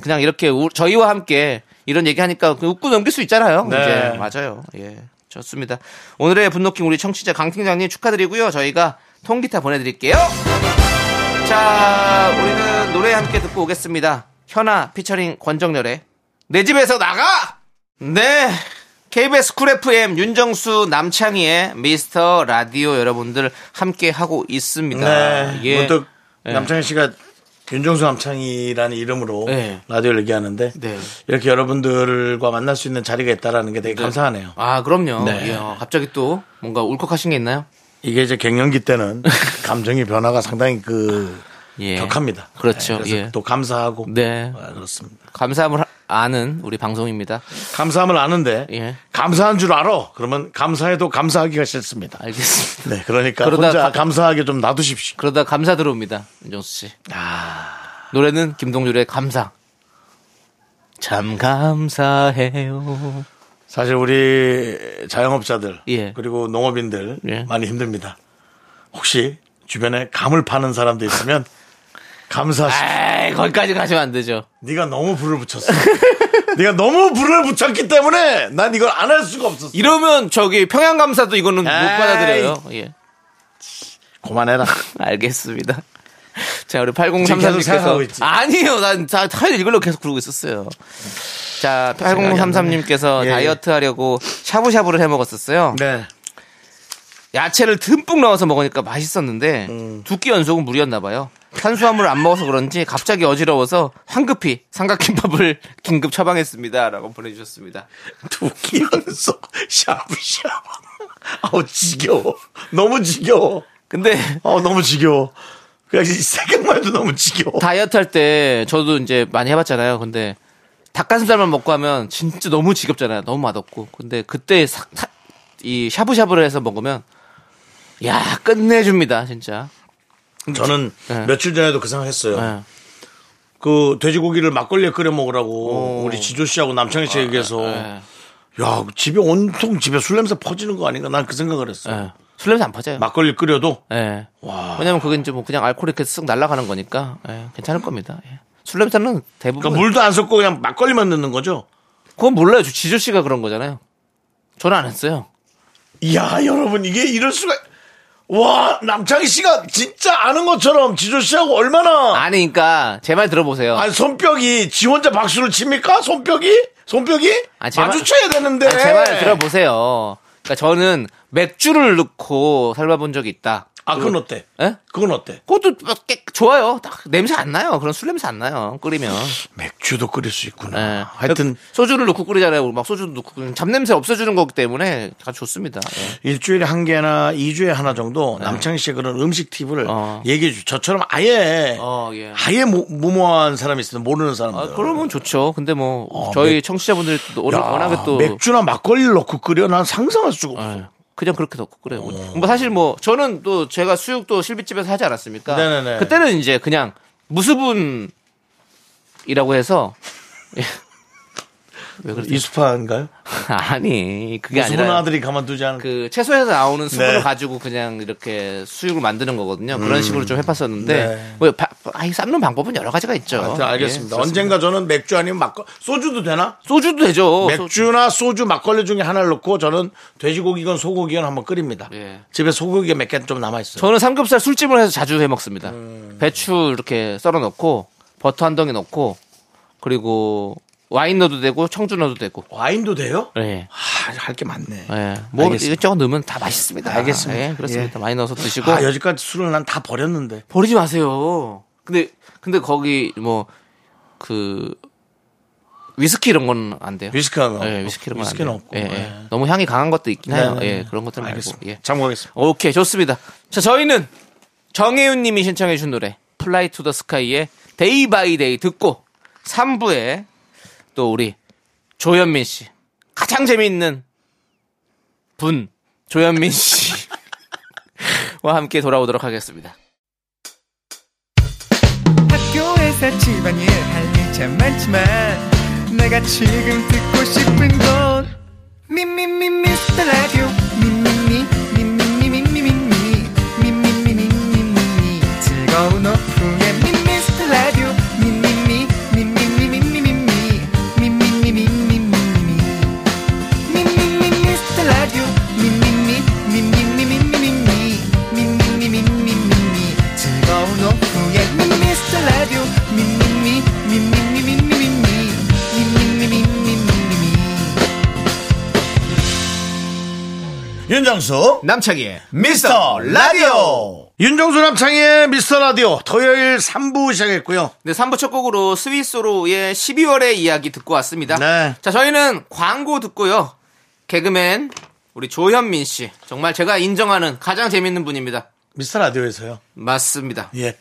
그냥 이렇게 우- 저희와 함께 이런 얘기하니까 그냥 웃고 넘길 수 있잖아요.
네.
이제 맞아요. 예. 좋습니다. 오늘의 분노킹 우리 청취자 강 팀장님 축하드리고요. 저희가 통기타 보내드릴게요. 자, 우리는 노래 함께 듣고 오겠습니다. 현아 피처링 권정열의 내 집에서 나가! 네. KBS 쿨 FM 윤정수 남창희의 미스터 라디오 여러분들 함께 하고 있습니다.
네.
예.
문득
예.
남창희 씨가 윤종수 남창희라는 이름으로
네.
라디오를 얘기하는데
네.
이렇게 여러분들과 만날 수 있는 자리가 있다라는 게 되게 감사하네요.
아, 그럼요.
네.
이야, 갑자기 또 뭔가 울컥하신 게 있나요?
이게 이제 갱년기 때는 [LAUGHS] 감정의 변화가 상당히 그
예.
격합니다.
그렇죠.
네, 그래서
예.
또 감사하고
네.
아, 그렇습니다.
감사함을 하- 아는 우리 방송입니다.
감사함을 아는데
예.
감사한 줄 알아. 그러면 감사해도 감사하기가 싫습니다.
알겠습니다.
네, 그러니까
그러다
혼자
가-
감사하게 좀 놔두십시오.
그러다 감사 들어옵니다. 윤정수 씨. 아. 노래는 김동률의 감사. 참 감사해요.
사실 우리 자영업자들
예.
그리고 농업인들
예.
많이 힘듭니다. 혹시 주변에 감을 파는 사람도 있으면 [LAUGHS] 감사하십시오.
에이, 거기까지 가시면 안 되죠.
네가 너무 불을 붙였어. [LAUGHS] 네가 너무 불을 붙였기 때문에 난 이걸 안 할 수가 없었어.
이러면 저기 평양감사도 이거는 못
에이.
받아들여요. 예.
그만해라.
알겠습니다. [LAUGHS] 자, 우리
지금 계속 생각하고
8033님께서
있지.
아니요, 난다 타일 이걸로 계속 부르고 있었어요. 자, 8033님께서
예, 예.
다이어트 하려고 샤브샤브를 해 먹었었어요.
네.
야채를 듬뿍 넣어서 먹으니까 맛있었는데 두 끼 연속은 무리였나 봐요. 탄수화물을 안 먹어서 그런지 갑자기 어지러워서 황급히 삼각김밥을 [LAUGHS] 긴급 처방했습니다라고 보내주셨습니다.
두 끼 연속 [LAUGHS] 샤브샤브. 아우 지겨워. 너무 지겨워.
근데
아우 어, 너무 지겨워. 그냥 이 생각만 해도 너무 지겨워.
다이어트 할 때 저도 이제 많이 해봤잖아요. 근데 닭가슴살만 먹고 하면 진짜 너무 지겹잖아요. 너무 맛없고. 근데 그때 삭, 타- 이 샤브샤브를 해서 먹으면 야 끝내줍니다 진짜.
저는
네.
며칠 전에도 그 생각했어요.
네.
그 돼지고기를 막걸리에 끓여 먹으라고
오.
우리 지조 씨하고 남창희 씨 얘기해서
네.
야 집에 온통 집에 술 냄새 퍼지는 거 아닌가 난 그 생각을 했어. 요
네. 술 냄새 안 퍼져요.
막걸리 끓여도
예.
와.
왜냐면 그게 이제 뭐 그냥 알코올이 이렇게 쓱 날아가는 거니까 예, 괜찮을 겁니다. 예. 술 냄새는 대부분
그러니까 물도 안 섞고 그냥 막걸리만 넣는 거죠.
그건 몰라요. 저 지조 씨가 그런 거잖아요. 저는 안 했어요.
이야 여러분 이게 이럴 수가 와, 남창희 씨가 진짜 아는 것처럼 지조 씨하고 얼마나.
아니, 그니까, 제 말 들어보세요.
아니, 손뼉이, 지 혼자 박수를 칩니까? 손뼉이? 손뼉이?
아, 제발-
마주쳐야 되는데.
제 말 들어보세요. 그니까 저는 맥주를 넣고 삶아본 적이 있다.
아, 그건 어때?
예?
그건 어때?
그것도 막 깨- 좋아요. 딱 냄새 안 나요. 그런 술 냄새 안 나요. 끓이면.
맥주도 끓일 수 있구나. 그
예.
아, 하여튼,
소주를 넣고 끓이잖아요. 막 소주도 넣고 끓이는 잡냄새 없애주는 거기 때문에 다 좋습니다. 예.
일주일에 한 개나 이주에 하나 정도 남창희 씨의 그런 음식 팁을
어.
얘기해 주 저처럼 아예,
어, 예.
아예 모, 무모한 사람이 있으면 모르는 사람들.
아, 그러면 좋죠. 근데 뭐 저희 청취자분들 또
아, 야,
워낙에 또
맥주나 막걸리를 넣고 끓여 난 상상할 수가 없어.
예. 그냥 그렇게 넣고 그래요.
어.
뭐 사실 뭐 저는 또 제가 수육도 실비집에서 하지 않았습니까?
네네네.
그때는 이제 그냥 무수분이라고 해서 [LAUGHS] 예. 왜 그러지?
이수파인가요?
[LAUGHS] 아니 그게
무슨
아니라
아들이 가만두지 않은
그 채소에서 나오는 수분을
네. 음.
가지고 그냥 이렇게 수육을 만드는 거거든요. 그런 식으로 좀 해봤었는데
네.
뭐 바- 아이 삶는 방법은 여러 가지가 있죠.
하여튼 알겠습니다.
예, 그렇습니다.
언젠가 저는 맥주 아니면 막걸 소주도 되나?
소주도 되죠. 어, 소주.
맥주나 소주 막걸리 중에 하나를 넣고 저는 돼지고기건 소고기건 한번 끓입니다.
예.
집에 소고기가 몇 개 좀 남아 있어요.
네. 저는 삼겹살 술집을 해서 자주 해 먹습니다. 배추 이렇게 썰어 넣고 버터 한 덩이 넣고 그리고 와인 넣어도 되고 청주 넣어도 되고.
와인도 돼요? 아,
예.
할 게 많네.
예. 뭐
네. 알겠습니다.
이것저것 넣으면 다 맛있습니다.
알겠습니다.
예, 그렇습니다. 많이 넣어서 드시고
아, 여지까지 술을 난 다 버렸는데.
버리지 마세요. 근데 근데 거기 뭐 그 위스키 이런 건 안 돼요.
위스키는
예,
없고.
위스키는
위스키는 없고.
예,
예.
예. 너무 향이 강한 것도 있긴 해요.
네, 네.
예, 그런 것들 말고.
알겠습니다.
예.
참고하겠습니다.
오케이, 좋습니다. 자, 저희는 정혜윤 님이 신청해 주신 노래 플라이 투 더 스카이의 데이 바이 데이 듣고 3부에 또 우리 조현민 씨 가장 재미있는 분 조현민 씨와 [LAUGHS] 함께 돌아오도록 하겠습니다.
학교에서 집안일 할 일 참 많지만 내가 지금 듣고 싶은 건 미미미 미스터 라디오 미미미 미미미 미미미 미미미 미미미 미미미 즐거운 오후에 미스터 라디오 미미미 미미미 미미미 미미미 미미미 미미미
윤정수
남창희의
미스터 라디오 윤정수 남창의 미스터 라디오 토요일 3부 시작했고요
네, 3부 첫 곡으로 스위스로의 12월의 이야기 듣고 왔습니다.
네.
자, 저희는 광고 듣고요. 개그맨 우리 조현민 씨. 정말 제가 인정하는 가장 재밌는 분입니다.
미스터 라디오에서요
맞습니다.
예.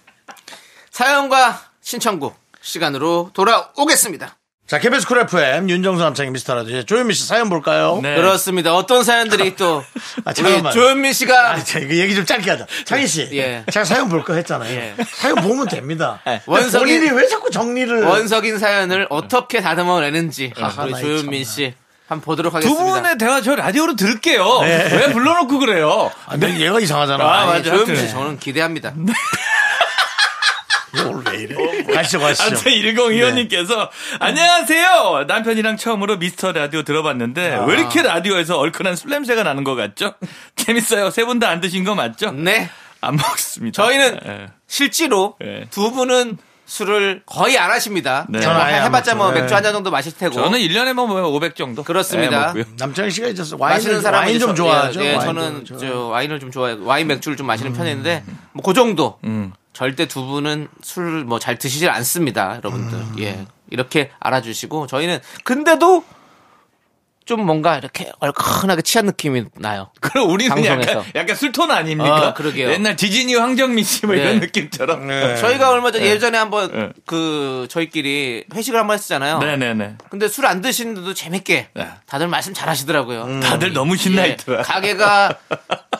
사연과 신청곡 시간으로 돌아오겠습니다.
자 KBS 쿨 FM 윤정수 남창의 미스터 라디오 조현미 씨 사연 볼까요
네. 그렇습니다. 어떤 사연들이 또
네. [LAUGHS] 아,
우리
잠깐만.
조현민 씨가
아, 자, 이거 얘기 좀 짧게 하자 창희 씨
예.
제가 사연 볼 거 했잖아요
예.
사연 보면 됩니다
예.
원석
원석이-
본인이 왜 자꾸 정리를
원석인 사연을 어떻게 다듬어내는지
네.
우리
아, 나이 참나.
조현민 씨 한번 보도록
두
하겠습니다.
분의 대화 네, 저 라디오로 들을게요.
네.
왜 불러놓고 그래요?
아, 네. 얘가 이상하잖아
아,
아니,
맞아요.
조현민
네.
하여튼.
씨 저는 기대합니다.
오늘 왜
어,
이래
뭐.
가시죠 가시죠
아무튼 1025님께서 안녕하세요. 남편이랑 처음으로 미스터 라디오 들어봤는데
아.
왜 이렇게 라디오에서 얼큰한 술 냄새가 나는 것 같죠? 재밌어요. 세 분 다 안 드신 거 맞죠?
네.
안 먹습니다.
저희는
네.
예.
실제로
예.
두 분은 술을 거의 안 하십니다.
네.
정말
저는 아예 안 네.
해봤자 뭐
먹죠.
맥주 한 잔 정도 마실 테고.
저는 1년에 뭐500 정도.
어? 그렇습니다.
예, 먹고요.
남창희 씨가 이제
마시는
와인을
사람은
와인
이제
좀
저-
좋아하죠
예, 예,
와인
저는
좀 음.
저 와인을 좀 좋아해요. 와인 맥주를 좀 마시는 편인데 뭐 그 정도. 절대 두 분은 술 뭐 잘 드시질 않습니다, 여러분들.
음.
예. 이렇게 알아주시고 저희는 근데도 좀 뭔가 이렇게 얼큰하게 취한 느낌이 나요.
그럼 우리는
방송에서.
약간, 약간 술톤 아닙니까?
아, 그러게요.
옛날 디즈니 황정민 씨 뭐
네.
이런 느낌처럼.
저희가 얼마
네.
전에 예전에 한번
예.
그 저희끼리 회식을 한번 했었잖아요.
어. 네네네.
근데 술 안 드시는데도 재밌게
네.
다들 말씀 잘 하시더라고요.
음.
다들 너무 신나 있더라.
예, 가게가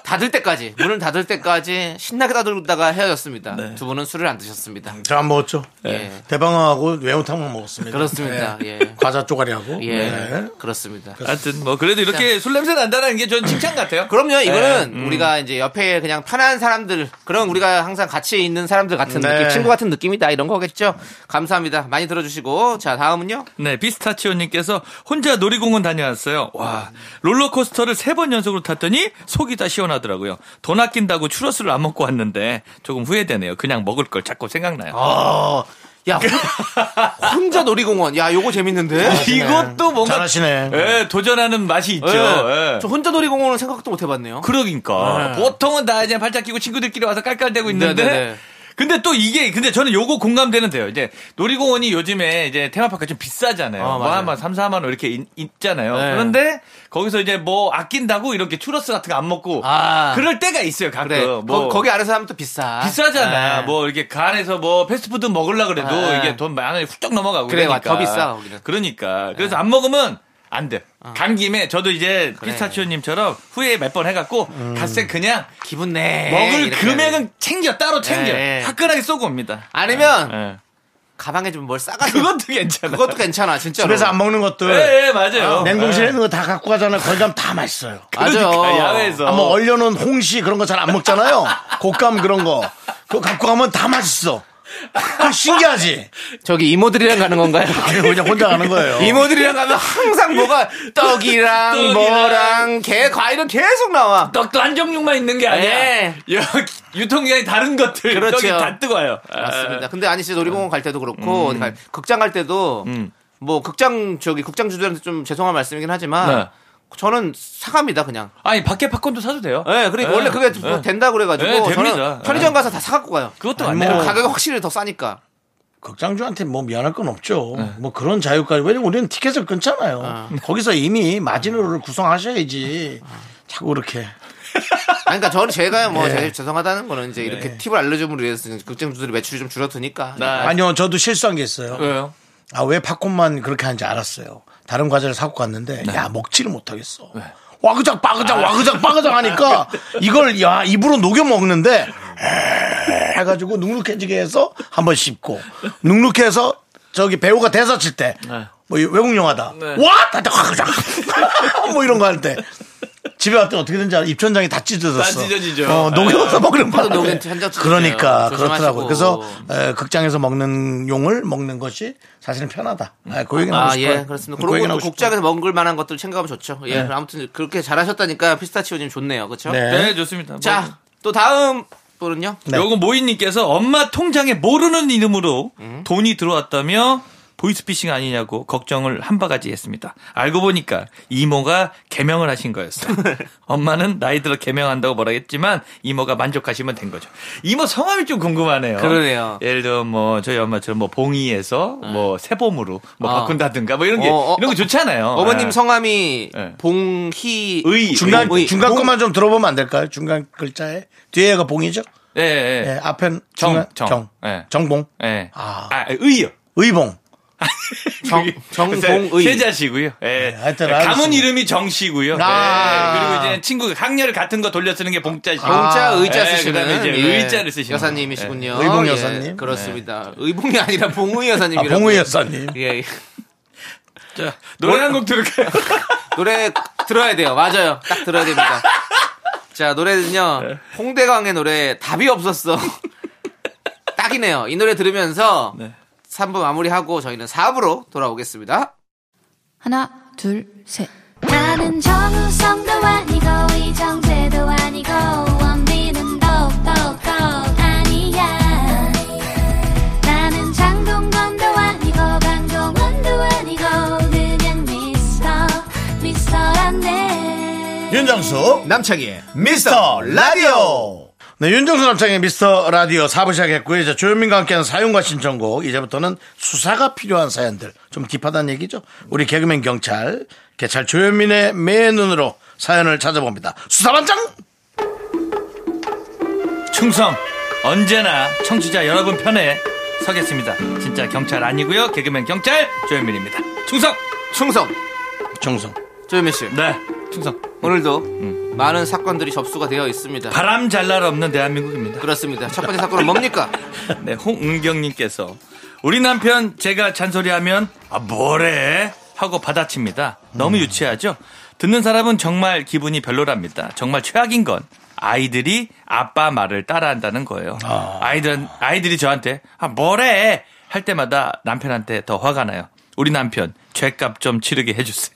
닫을 때까지, 문을 닫을 때까지 신나게 다들다가 헤어졌습니다.
네.
두 분은 술을 안 드셨습니다.
저안 먹었죠
예.
대방어하고 매운탕만 먹었습니다
그렇습니다.
예.
예.
과자 쪼가리하고
예.
네.
그렇습니다.
하여튼 뭐 네. 그래도 이렇게 술 냄새 난다는 게 전 칭찬 같아요.
그럼요, 이거는
네, 음.
우리가 이제 옆에 그냥 편한 사람들, 그런 우리가 항상 같이 있는 사람들 같은
네.
느낌, 친구 같은 느낌이다, 이런 거겠죠. 감사합니다. 많이 들어주시고. 자, 다음은요?
네, 피스타치오님께서 혼자 놀이공원 다녀왔어요. 와, 롤러코스터를 세 번 연속으로 탔더니 속이 다 하더라고요. 돈 아낀다고 추러스를 안 먹고 왔는데 조금 후회되네요. 그냥 먹을 걸 자꾸 생각나요.
아, 야, 혼- 혼자 놀이공원. 야, 요거
아,
재밌는데? 이것도 뭔가.
잘하시네.
예, 도전하는 맛이 있죠.
예.
예.
저 혼자 놀이공원은 생각도 못 해봤네요.
그러니까 보통은 다 이제 발짝 끼고 친구들끼리 와서 깔깔대고 있는데
네네네.
근데 또 이게 근데 저는 요거 공감되는데요. 이제 놀이공원이 요즘에 이제 테마파크 좀 비싸잖아요.
아,
뭐
맞아요.
아마 3, 4만 원 이렇게 있, 있잖아요.
네.
그런데 거기서 이제 뭐 아낀다고 이렇게 추러스 같은 거 안 먹고
아.
그럴 때가 있어요. 가끔
그래.
뭐
거, 거기 아래서 하면 또 비싸.
비싸잖아.
네.
뭐 이렇게 간에서 뭐 패스트푸드 먹으려 그래도
네.
이게 돈 만 원이 훌쩍 넘어가고
그래,
그러니까.
더 비싸, 거기는. 네. 어.
그러니까. 그래서 안 먹으면 안 돼. 간 김에 저도 이제 피스타치오님처럼 후회 몇 번 해갖고 갓생 그냥
기분 내.
먹을
음. 이렇게
금액은 챙겨 따로 챙겨
네.
화끈하게 쏘고 옵니다.
아니면
예.
가방에 좀 뭘 싸가지고.
그것도 괜찮아.
네. 그것도 괜찮아, 진짜로.
집에서 안 먹는
어.
예,
것들
예, 맞아요.
냉동실에 있는 거 다 갖고 가잖아요. 거기 가면 다 맛있어요.
맞아요.
그러니까 야외에서.
아, 뭐 얼려놓은 홍시 그런 거 잘 안 먹잖아요. 곶감 그런 거. 그거 갖고 가면 다 맛있어. 그거 신기하지?
저기 이모들이랑 가는 [LAUGHS] 건가요?
아니, 그냥 혼자 가는 거예요.
이모들이랑 가면 항상 뭐가 떡이랑,
떡이랑.
뭐랑 게 과일은 계속 나와.
떡도 한정육만 있는 게 아니야.
예.
여기 유통기한이 다른 것들
그렇죠.
떡이 다 뜨거워요.
맞습니다. 근데 아니 음. 진짜 놀이공원 갈 때도 그렇고 어디 갈- 극장 갈 때도 뭐 극장 저기 극장 주주한테 좀 죄송한 말씀이긴 하지만
네.
저는 사갑니다 그냥.
아니 밖에 팝콘도 사도 돼요.
예, 그러니까 원래 그게 좀
예.
된다 그래가지고
네, 됩니다.
저는 편의점 가서 다 사갖고 가요.
그것도
뭐
맞네요.
가격이 확실히 더 싸니까.
극장주한테 뭐 미안할 건 없죠. 뭐 그런 자유까지. 왜냐면 우리는 티켓을 끊잖아요. 거기서 이미 마지노를 구성하셔야지. 자꾸 그렇게.
아니, 그러니까 저는 제가 뭐
예.
제일 죄송하다는 거는 이제
네.
이렇게 팁을 알려줌으로 해서 극장 주주들이 매출이 좀 줄어드니까. 그러니까
나-
아니요, 저도 실수한 게 있어요.
왜요?
아, 왜 팝콘만 그렇게 하는지 알았어요. 다른 과자를 사고 갔는데,
네.
야, 먹지를 못하겠어. 와그작, 빠그작, 와그작, 빠그작 하니까 이걸, 야, 입으로 녹여 먹는데, 해가지고 눅눅해지게 해서 한 번 씹고, 눅눅해서 저기 배우가 대사 칠 때,
네.
뭐 외국 영화다. 와! 다다 와그작! [LAUGHS] 뭐 이런 거 할 때. 집에 왔더니 어떻게 된지 알아. 입천장이 다 찢어졌어.
다 찢어지죠.
어, 녹여서 먹는 바람에.
네. 녹인 천장 찢어져요.
그러니까
조심하시고.
그렇더라고요. 그래서 에, 극장에서 먹는 용을 먹는 것이 사실은 편하다. 아, 그 얘기는 하고
아,
싶어요.
예, 그렇습니다.
그
그런
얘기는
거
하고 싶어요.
국장에서 먹을 만한 것들 챙겨가면 좋죠. 예, 아무튼 그렇게 잘하셨다니까 피스타치오님 좋네요. 그렇죠
네.
네, 좋습니다.
자, 또 다음 분은요?
네.
요거 모인님께서 엄마 통장에 모르는 이름으로
음.
돈이 들어왔다며 보이스피싱 아니냐고 걱정을 한 바가지 했습니다. 알고 보니까 이모가 개명을 하신 거였어요.
[LAUGHS]
엄마는 나이 들어 개명한다고 뭐라 했지만 이모가 만족하시면 된 거죠. 이모 성함이 좀 궁금하네요.
그러네요.
예를 들어 뭐 저희 엄마처럼 뭐 봉이에서 뭐 세봄으로 뭐
어.
바꾼다든가 뭐 이런 게
어, 어,
이런 거 좋잖아요.
어머님
예.
성함이
네.
봉희
의.
중간
의.
중간
봉-
것만 좀 들어보면 안 될까요? 중간 글자에 뒤에가 그 봉이죠?
예, 예.
예, 앞엔
정,
중간-
정.
정,
예.
정봉,
예.
아.
아, 의요.
의봉.
정, 정봉의
[LAUGHS] 세자시고요. 예.
네, 하여튼
가문
알겠습니다.
이름이 정씨고요.
아.
예. 그리고 이제 친구 학렬 같은 거 돌려 쓰는 게 봉자시고.
봉자 의자
예,
쓰시는
그다음에 이제 의자를 쓰시는
여사님이시군요.
네. 의봉
예,
여사님. 네.
그렇습니다. 의봉이 아니라 봉의
아,
여사님이라고.
봉의 여사님.
예. 예.
자, 노래 네, 한 곡 들을까요?
노래 들어야 돼요. 맞아요. 딱 들어야 됩니다. 자, 노래는요. 홍대광의 노래 답이 없었어. 딱이네요. 이 노래 들으면서
네.
3부 마무리하고 저희는 4부로 돌아오겠습니다.
하나, 둘, 셋.
나는 정우성도 아니고 이정재도 아니고 원빈은 더욱더 아니야 나는 장동건도 아니고 강동원도 아니고 그냥 미스터 미스터란데
윤정수 남창희 미스터 라디오 네, 윤정수 남창희 미스터 라디오 사부 시작했고요. 이제 조현민과 함께하는 사연과 신청곡 이제부터는 수사가 필요한 사연들 좀 딥하다는 얘기죠. 우리 개그맨 경찰 개찰 조현민의 매 눈으로 사연을 찾아봅니다. 수사반장
충성 언제나 청취자 여러분 편에 서겠습니다. 진짜 경찰 아니고요. 개그맨 경찰 조현민입니다. 충성.
충성!
정성
조현민 씨.
네. 충성.
오늘도 많은 사건들이 접수가 되어 있습니다.
바람 잘 날 없는 대한민국입니다.
그렇습니다. 첫 번째 사건은 뭡니까?
[LAUGHS] 네, 홍은경님께서 우리 남편 제가 잔소리하면 아 뭐래 하고 받아칩니다.
음.
너무 유치하죠. 듣는 사람은 정말 기분이 별로랍니다. 정말 최악인 건 아이들이 아빠 말을 따라한다는 거예요. 아이들 아이들이 저한테 아 뭐래 할 때마다 남편한테 더 화가 나요. 우리 남편 죄값 좀 치르게 해주세요.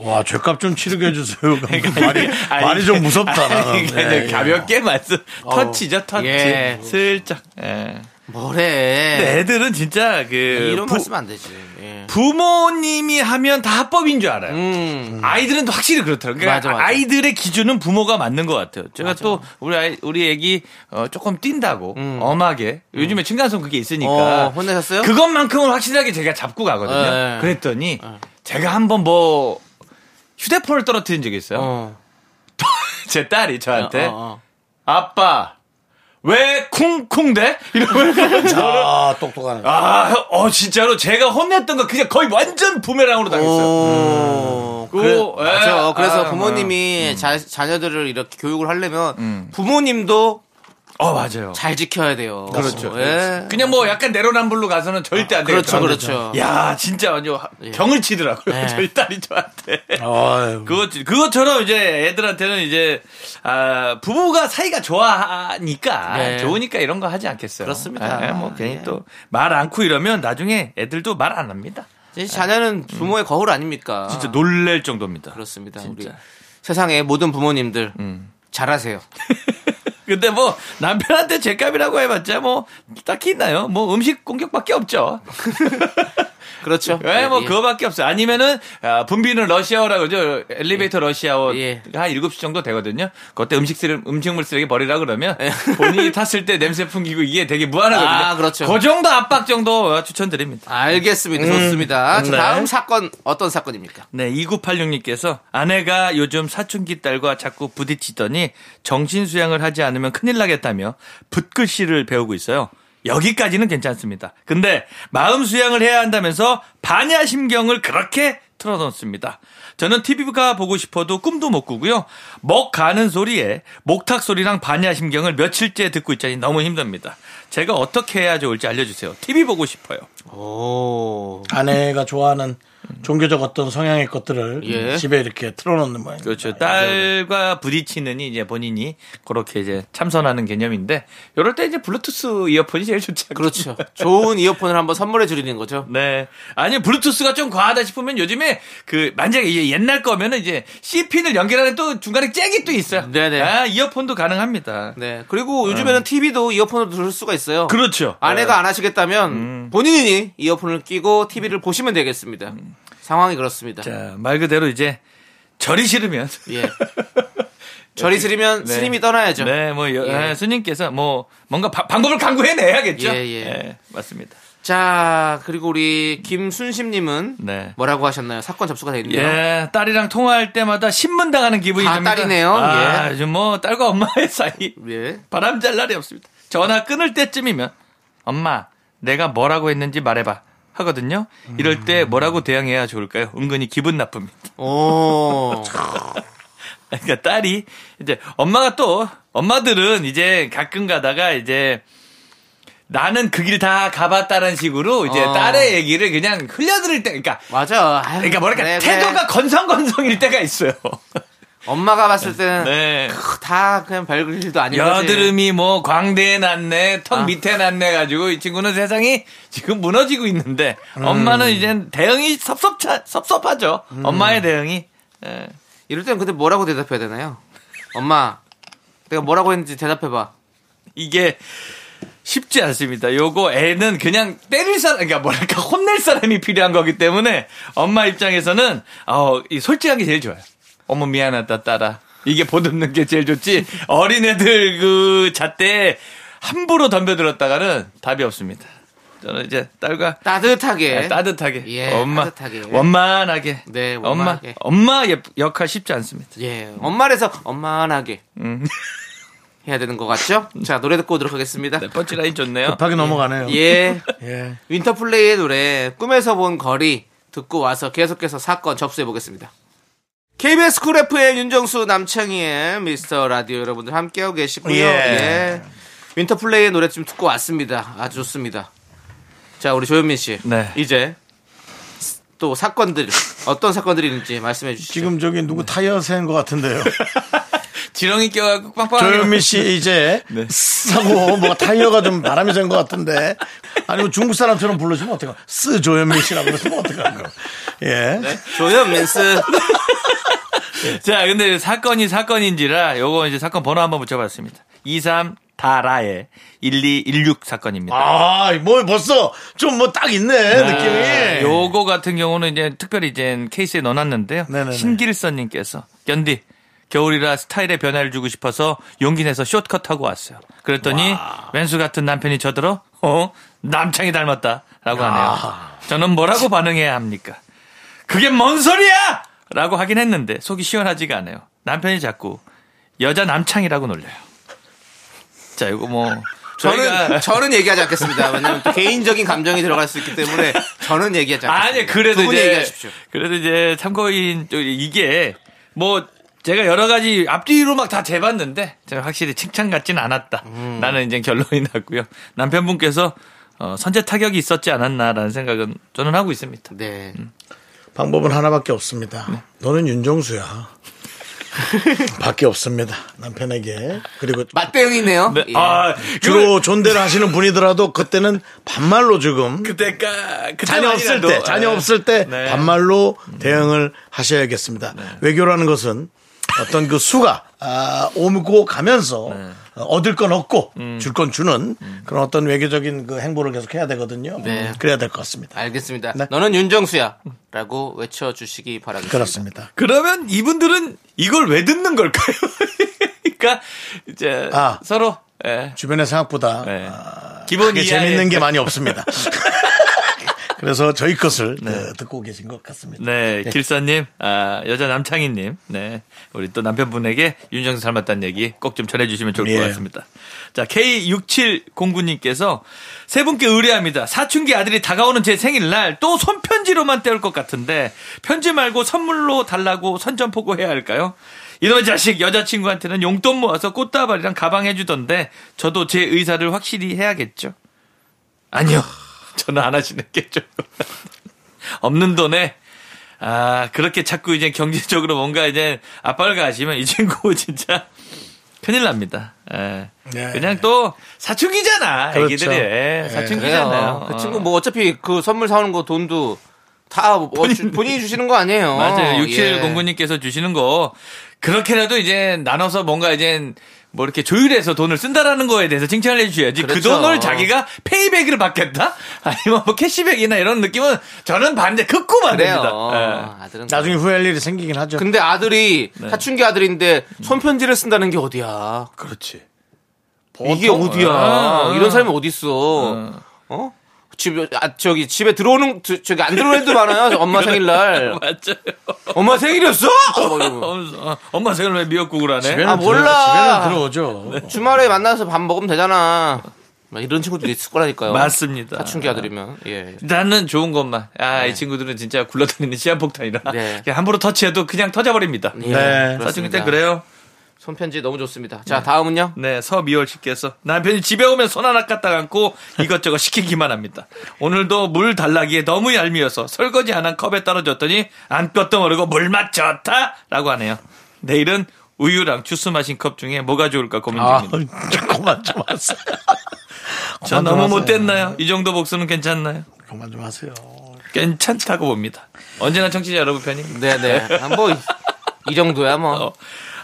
와, 죄값 좀 치르게 해주세요. [LAUGHS] 말이,
[LAUGHS] 아니,
말이 좀 무섭다. 나는.
아니, 그냥
예,
가볍게 말씀. 터치죠, 터치.
예.
슬쩍. 예.
뭐래.
네.
근데 애들은 진짜 그
이런
부,
말씀 안 되지. 예.
모님이 하면 다 합법인 줄 알아요.
음.
아이들은 또 확실히 그렇더라고요. 그러니까
맞아, 맞아.
아이들의 기준은 부모가 맞는 것 같아요. 제가 또 우리 아이, 우리 애기 어, 조금 뛴다고 엄하게 요즘에 층간소음 그게 있으니까
음. 어, 혼내셨어요?
그것만큼은 확실하게 제가 잡고 가거든요.
네.
그랬더니 제가 한번 뭐 휴대폰을 떨어뜨린 적이 있어요.
어.
[LAUGHS] 제 딸이 저한테
어, 어.
아빠 왜 쿵쿵대?
[LAUGHS]
이러면서 저를
아, 똑똑하네.
아, 어 진짜로 제가 혼냈던 거 그냥 거의 완전 부메랑으로 당했어요.
오.
음.
그래,
오, 예.
맞아. 그래서
아,
부모님이 자, 자녀들을 이렇게 교육을 하려면
음.
부모님도
어 맞아요.
잘 지켜야 돼요.
그렇죠.
예.
그냥 뭐 약간 내로남불로 가서는 절대 안 되겠죠.
그렇죠, 그렇죠.
야, 진짜 완전 하- 경을 치더라고요.
예.
저희 딸이 저한테.
아유.
그것 그것처럼 이제 애들한테는 이제 아, 부부가 사이가 좋아하니까
네.
좋으니까 이런 거 하지 않겠어요.
그렇습니다.
예, 뭐 괜히
예.
또 말 않고 이러면 나중에 애들도 말 안 합니다.
이제 자녀는 부모의 거울 아닙니까?
음. 진짜 놀랄 정도입니다.
그렇습니다. 우리
진짜. 음.
세상의 모든 부모님들 잘하세요.
[LAUGHS] 근데 뭐 남편한테 제값이라고 해봤자 뭐 딱히 있나요? 뭐 음식
[LAUGHS]
공격밖에 없죠.
그렇죠.
예, 뭐
예.
그거밖에 없어요. 아니면은 아, 분비는 러시아어라고 그러죠. 엘리베이터 러시아어
예.
한 7시 정도 되거든요. 그때 음식 쓰레, 음식물 쓰레기 버리라 그러면 본인이 탔을 때 냄새 풍기고 이게 되게 무한하거든요.
예. 아, 그렇죠.
그 정도 압박 정도 추천드립니다.
알겠습니다.
음.
좋습니다. 자,
네.
다음 사건 어떤 사건입니까?
네, 2986님께서 아내가 요즘 사춘기 딸과 자꾸 부딪히더니 정신수양을 하지 않으면 큰일 나겠다며 붓글씨를 배우고 있어요. 여기까지는 괜찮습니다. 근데 마음 수양을 해야 한다면서 반야심경을 그렇게 틀어놓습니다. 저는 TV가 보고 싶어도 꿈도 못 꾸고요. 먹 가는 소리에 목탁 소리랑 반야심경을 며칠째 듣고 있자니 너무 힘듭니다. 제가 어떻게 해야 좋을지 알려주세요. TV 보고 싶어요.
오.
아내가 좋아하는 종교적 어떤 성향의 것들을
예.
집에 이렇게 틀어놓는 모양.
아, 네,
그렇죠. 딸과 부딪히느니 이제 본인이 그렇게 이제 참선하는 개념인데 이럴 때 이제 블루투스 이어폰이 제일 좋지 않겠
그렇죠. 좋은 이어폰을 한번 선물해 드리는 거죠.
네. 아니 블루투스가 좀 과하다 싶으면 요즘에 그 만약에 이제 옛날 거면은 이제 C핀을 연결하는 또 중간에 잭이 또 있어요.
네네.
아, 이어폰도 가능합니다.
네. 그리고 요즘에는 TV도 이어폰으로 들을 수가 있어요.
음. 그렇죠.
아내가 안 하시겠다면
음.
본인이 이어폰을 끼고 TV를 보시면 되겠습니다. 상황이 그렇습니다.
음. 자, 말 그대로 이제 절이 싫으면 [LAUGHS]
예. 절이 스리면
네.
스님이 떠나야죠.
네, 뭐 여-
예.
아, 스님께서 뭐 뭔가 바- 방법을 강구해 내야겠죠. 네,
예, 예.
맞습니다.
자, 그리고 우리 김순심님은
네.
뭐라고 하셨나요? 사건 접수가 돼 있네요.
예, 딸이랑 통화할 때마다 신문 당하는 기분이
다
듭니다.
딸이네요.
아,
예.
요즘 뭐 딸과 엄마의 [LAUGHS] 사이
예.
바람 잘 날이 없습니다. 전화 끊을 때쯤이면 엄마 내가 뭐라고 했는지 말해봐 하거든요. 이럴 때 뭐라고 대응해야 좋을까요? 은근히 기분 나쁩니다. [LAUGHS]
오.
그러니까 딸이 이제 엄마가 또 엄마들은 이제 가끔 가다가 이제 나는 그 길 다 가봤다는 식으로 이제
어.
딸의 얘기를 그냥 흘려들을 때, 그러니까
맞아. 아유,
그러니까 뭐랄까
그래, 그래.
태도가 건성건성일 때가 있어요. [LAUGHS]
엄마가 봤을 때는
네.
크, 다 그냥 별일 일도 아닌 거지.
여드름이 뭐 광대에 났네, 턱
아.
밑에 났네 가지고 이 친구는 세상이 지금 무너지고 있는데
음.
엄마는 이제 대응이 섭섭차, 섭섭하죠. 엄마의 대응이. 예.
이럴 때는 근데 뭐라고 대답해야 되나요? 엄마, 내가 뭐라고 했는지 대답해봐.
이게 쉽지 않습니다. 요거 애는 그냥 때릴 사람, 그러니까 뭐랄까 혼낼 사람이 필요한 거기 때문에 엄마 입장에서는 어, 이 솔직한 게 제일 좋아요. 어머 미안하다 딸아. 이게 보듬는 게 제일 좋지. 어린애들 그 잣대에 함부로 덤벼들었다가는 답이 없습니다. 저는 이제 딸과
따뜻하게.
아, 따뜻하게
예,
엄마
따뜻하게.
원만하게
네,
엄마
원만하게.
엄마 의 역할 쉽지 않습니다.
예, 엄마래서 엄만하게. [LAUGHS] 해야 되는 것 같죠? 자, 노래 듣고 오도록 하겠습니다.
네, 펀치 라인
그
좋네요.
급하게 넘어가네요.
예.
예.
윈터플레이의 노래 꿈에서 본 거리 듣고 와서 계속해서 사건 접수해 보겠습니다. KBS 쿨 FM 윤정수 남창희의 미스터 라디오 여러분들 함께하고 계시고요.
예.
예. 윈터플레이의 노래 좀 듣고 왔습니다. 아주 좋습니다. 자 우리 조현민 씨
네.
이제 또 사건들 어떤 사건들이 있는지 말씀해 주시죠.
네. [LAUGHS]
지금 저기 누구 타이어 세는 것 같은데요.
지렁이 껴갖고 빵빵하게.
조현미 씨 이제
네.
쓰고 뭐 타이어가 좀 바람이 센 것 같은데 아니면 중국 사람처럼 불러주면 어떡해? 쓰 조현미 씨라고 불러주면 어떡하고? 예.
네.
조연 맨스.
[LAUGHS] 자, 근데 사건이 사건인지라 요거 이제 사건 번호 한번 붙여봤습니다. 23 다라의 1216 사건입니다.
아, 뭐 벌써 좀 뭐 딱 있네 느낌이.
아, 요거 같은 경우는 이제 특별히 이제 케이스에 넣어놨는데요.
네네네.
신길선님께서 견디 겨울이라 스타일의 변화를 주고 싶어서 용기 내서 쇼트컷하고 왔어요. 그랬더니 왼수 같은 남편이 저더러 어 남창이 닮았다라고 하네요.
아.
저는 뭐라고 반응해야 합니까? 그게 뭔 소리야! 라고 하긴 했는데 속이 시원하지가 않아요. 남편이 자꾸 여자 남창이라고 놀려요. 자 이거 뭐
저는
[LAUGHS] 저희가-
저는 얘기하지 않겠습니다. 왜냐면 또 개인적인 감정이 들어갈 수 있기 때문에 저는 얘기하지 않겠습니다.
아니 그래도
두 분이
이제
얘기하십시오.
그래도 이제 참고인 또 이게 뭐 제가 여러 가지 앞뒤로 막 다 재봤는데 제가 확실히 칭찬 같진 않았다. 나는 이제 결론이 났고요. 남편분께서 어, 선제 타격이 있었지 않았나라는 생각은 저는 하고 있습니다.
네.
방법은 하나밖에 없습니다.
네.
너는 윤정수야. 밖에 없습니다. 남편에게 그리고
맞대응이네요.
네.
예.
아, 주로
주로 존대를 하시는 분이더라도 그때는 반말로 지금
그때까 예. 네. 그때
자녀 없을 때 자녀 없을 때 반말로 대응을 하셔야겠습니다.
네.
외교라는 것은 어떤 그 수가 아, 오고 가면서
네.
어, 얻을 건 얻고
음.
줄 건 주는 그런 어떤 외교적인 그 행보를 계속 해야 되거든요.
네.
그래야 될 것 같습니다.
알겠습니다.
네.
너는 윤정수야라고 외쳐 주시기 바라겠습니다.
그렇습니다.
그러면 이분들은 이걸 왜 듣는 걸까요? [LAUGHS] 그러니까 이제
아.
서로 예.
주변에 생각보다
네.
아,
기본
크게
이하의-
재밌는 게 많이 없습니다. 그래서 저희 것을 그, 듣고 계신 것 같습니다.
네, 길사님, 아, 여자 남창희님, 네, 우리 또 남편분에게 윤정수 닮았다는 얘기 꼭 좀 전해주시면 좋을
예.
것 같습니다. 자, K6709님께서 세 분께 의뢰합니다. 사춘기 아들이 다가오는 제 생일날 또 손편지로만 때울 것 같은데 편지 말고 선물로 달라고 선전포고 해야 할까요? 이놈의 자식 여자친구한테는 용돈 모아서 꽃다발이랑 가방 해주던데 저도 제 의사를 확실히 해야겠죠? 아니요. [LAUGHS] 저는 안 하시는 게 좀. 없는 돈에 아 그렇게 자꾸 이제 경제적으로 뭔가 이제 아빠를 가시면 이 친구 [LAUGHS] 진짜 큰일 납니다. 예.
네.
그냥 또 사춘기잖아.
그렇죠.
애기들이 예,
네,
사춘기잖아요.
그래요. 그 친구 뭐 어차피 그 선물 사오는 거 돈도 다 어, 주- 본인이 주시는 거 아니에요.
맞아요.
예.
6709님께서 주시는 거 그렇게라도 이제 나눠서 뭔가 이제 뭐 이렇게 조율해서 돈을 쓴다라는 거에 대해서 칭찬을 해주셔야지 그
그렇죠.
돈을 자기가 페이백으로 받겠다 [LAUGHS] 아니면 뭐 캐시백이나 이런 느낌은 저는 반대 극구
그래요. 어,
반대입니다.
아들은
나중에 후회할 일이 생기긴 하죠.
근데 아들이 사춘기 아들인데 손편지를 쓴다는 게 어디야?
그렇지.
이게 어디야?
아.
이런 사람이 어디 있어? 어? 집에 아, 저기 집에 들어오는 드- 저기 안 들어오는 애도 많아요. 엄마
[LAUGHS]
생일날
예. 맞아요.
엄마 생일이었어? 어, 뭐 이러고.
어, 엄마 생일 왜 미역국을 안 해?
집에는
아, 몰라.
들어, 집에는 들어오죠.
주말에 만나서 밥 먹으면 되잖아. 막 이런 친구들도 있을 거라니까요.
맞습니다.
사춘기 아들이면 예.
어. 나는 좋은 것만. 아, 이 친구들은 진짜 굴러다니는 시한폭탄이라.
네.
그냥 함부로 터치해도 그냥 터져버립니다.
예,
네.
그렇습니다.
사춘기 때 그래요.
손편지 너무 좋습니다. 자 다음은요.
네, 서미월 씨께서 남편이 집에 오면 손 하나 까딱 안고 이것저것 시키기만 합니다. 오늘도 물 달라기에 너무 얄미워서 설거지 안 한 컵에 떨어졌더니 안 뼈도 모르고 물맛 좋다라고 하네요. 내일은 우유랑 주스 마신 컵 중에 뭐가 좋을까 고민
아,
중입니다.
[LAUGHS] 그만 좀 하세요.
저
그만 좀
너무
하세요.
못됐나요? 이 정도 복수는 괜찮나요?
그만 좀 하세요.
괜찮다고 봅니다. 언제나 청취자 여러분 편입니다.
네네. 아, 뭐이 정도야 뭐.
어.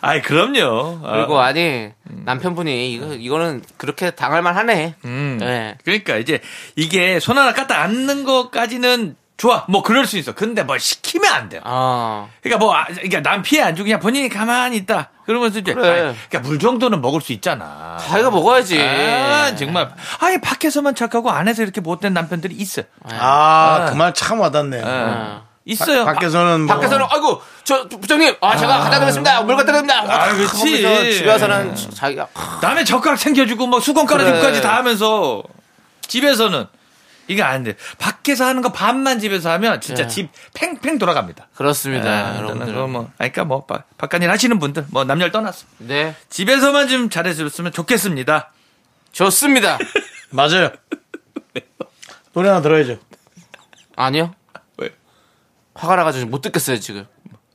아이, 그럼요. 아,
그리고 아니 남편분이 이거 이거는 그렇게 당할 만하네.
음.
네.
그러니까 이제 이게 손 하나 갖다 앉는 것까지는 좋아. 뭐 그럴 수 있어. 근데 뭘 시키면 안 돼요.
아
그러니까 뭐, 아, 그러니까 남 피해 안 주고 그냥 본인이 가만히 있다. 그러면서 이제.
그래. 예.
아이, 그러니까 물 정도는 먹을 수 있잖아.
자기가 먹어야지.
아, 정말. 아니, 밖에서만 착하고 안에서 이렇게 못된 남편들이 있어요.
아, 그 말 참 와닿네요.
아, 있어요.
바- 밖에서는 뭐
밖에서는 아이고 저 부장님 아 제가 갖다 드렸습니다. 물 갖다 드립니다.
아, 그렇지.
거기서 집에 와서는 자기가 아,
남의 젓가락 챙겨주고 막 수건 깔아주고까지 다 하면서 집에서는 이게 안 돼. 밖에서 하는 거 반만 집에서 하면 진짜
예.
집 팽팽 돌아갑니다.
네, 그렇습니다.
아,
여러분들.
그거 뭐, 아니, 그러니까 뭐 바- 바깥일 하시는 분들 뭐 남녀를 떠나서
네
집에서만 좀 잘해줬으면 좋겠습니다.
좋습니다.
맞아요. 노래 하나 들어야죠.
아니요.
왜?
화가 나가지고 못 듣겠어요 지금.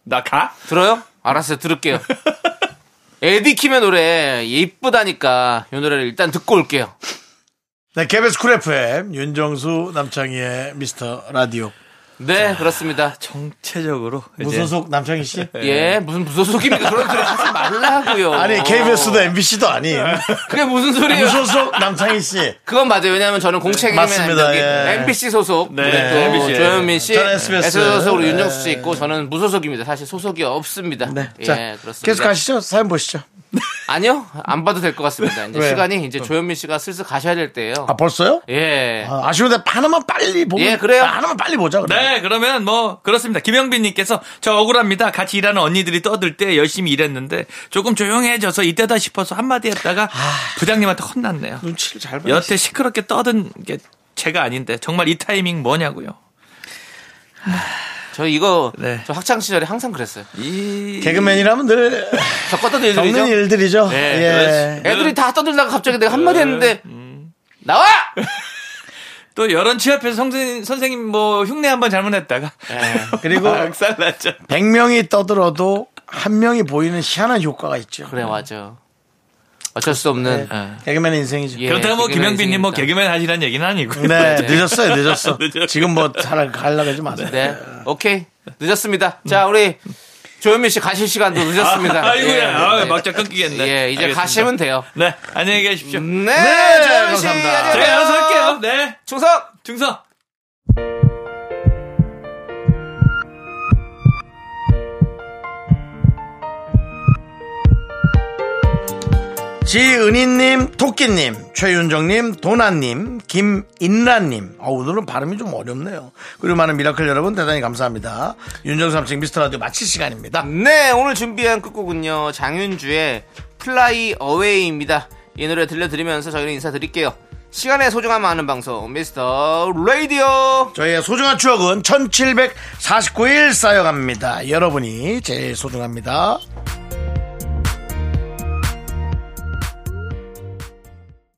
나 가?
들어요? 알았어요 들을게요. 에디킴의 노래 이쁘다니까 이 노래를 일단 듣고 올게요.
네, KBS 쿨 FM 윤정수 남창희의 미스터 라디오
네 그렇습니다.
정체적으로 이제
무소속 남창희 씨?
예 무슨 무소속입니까 그런 소리 하지 말라고요.
아니 KBS도 MBC도 아닌
그게 무슨 소리예요?
무소속 남창희 씨.
그건 맞아요. 왜냐하면 저는 공채기면
맞습니다. 예.
MBC 소속
네,
그리고 또
MBC.
조현민 씨,
저는 SBS.
네.
소속으로
예.
윤정수 씨 있고 저는 무소속입니다. 사실 소속이 없습니다.
네,
예,
자
그렇습니다.
계속 가시죠. 사연 보시죠.
아니요, 안 봐도 될 것 같습니다. 이제
왜요? 어.
시간이 이제 조현민 씨가 슬슬 가셔야 될 때예요.
아 벌써요?
예.
아, 아쉬운데 하나만 빨리 보면 아,
예, 그래요.
하나만 빨리 보자. 그러면.
네, 그러면 뭐 그렇습니다. 김영빈님께서 저 억울합니다. 같이 일하는 언니들이 떠들 때 열심히 일했는데 조금 조용해져서 이때다 싶어서 한마디 했다가 부장님한테 혼났네요.
눈치를 잘 봐.
여태 시끄럽게 떠든 게 제가 아닌데 정말 이 타이밍 뭐냐고요.
저 이거
네.
저 학창 시절에 항상 그랬어요.
이
개그맨이라면 [LAUGHS] 늘
겪었던 일들이죠.
겪는 일들이죠.
네,
예.
애들이 다 떠들다가 갑자기 내가
예.
한마디 했는데
음.
나와!
또 여론 취업해서 선생님, 선생님 뭐 흉내 한번 잘못했다가
예,
[LAUGHS]
아, 그리고
네,
박살났죠.
100명이 떠들어도 한 명이 보이는 희한한 효과가 있죠.
그래 맞아. 어쩔 수 없는.
아.
개그맨의 인생이죠.
예,
그렇다고 뭐
개그맨
김영빈님 뭐
인생이니까.
개그맨 하시라는 얘기는 아니고요.
[LAUGHS] 네, 늦었어요, [LAUGHS] 늦었어. 지금 뭐, 잘 가려고 하지 마세요.
네. 오케이. 늦었습니다. 자, 우리 조현민 씨 가실 시간도 늦었습니다.
[LAUGHS] 아이고야,
예.
아, 막자 끊기겠네.
예, 이제
알겠습니다.
가시면 돼요.
네, 안녕히 계십시오.
음.
네, 조현민 씨.
감사합니다.
안녕히
제가 알아서
가세요.
할게요. 네,
충성!
중성.
지은희님, 토끼님, 최윤정님, 도나님, 김인란님. 어, 오늘은 발음이 좀 어렵네요. 그리고 많은 미라클 여러분, 대단히 감사합니다. 윤정삼층 미스터 라디오 마칠 시간입니다.
네, 오늘 준비한 끝곡은요. 장윤주의 플라이 어웨이입니다. 이 노래 들려드리면서 저희는 인사드릴게요. 시간의 소중함 아는 방송, 미스터 라디오.
저희의 소중한 추억은 1749일 쌓여갑니다. 여러분이 제일 소중합니다.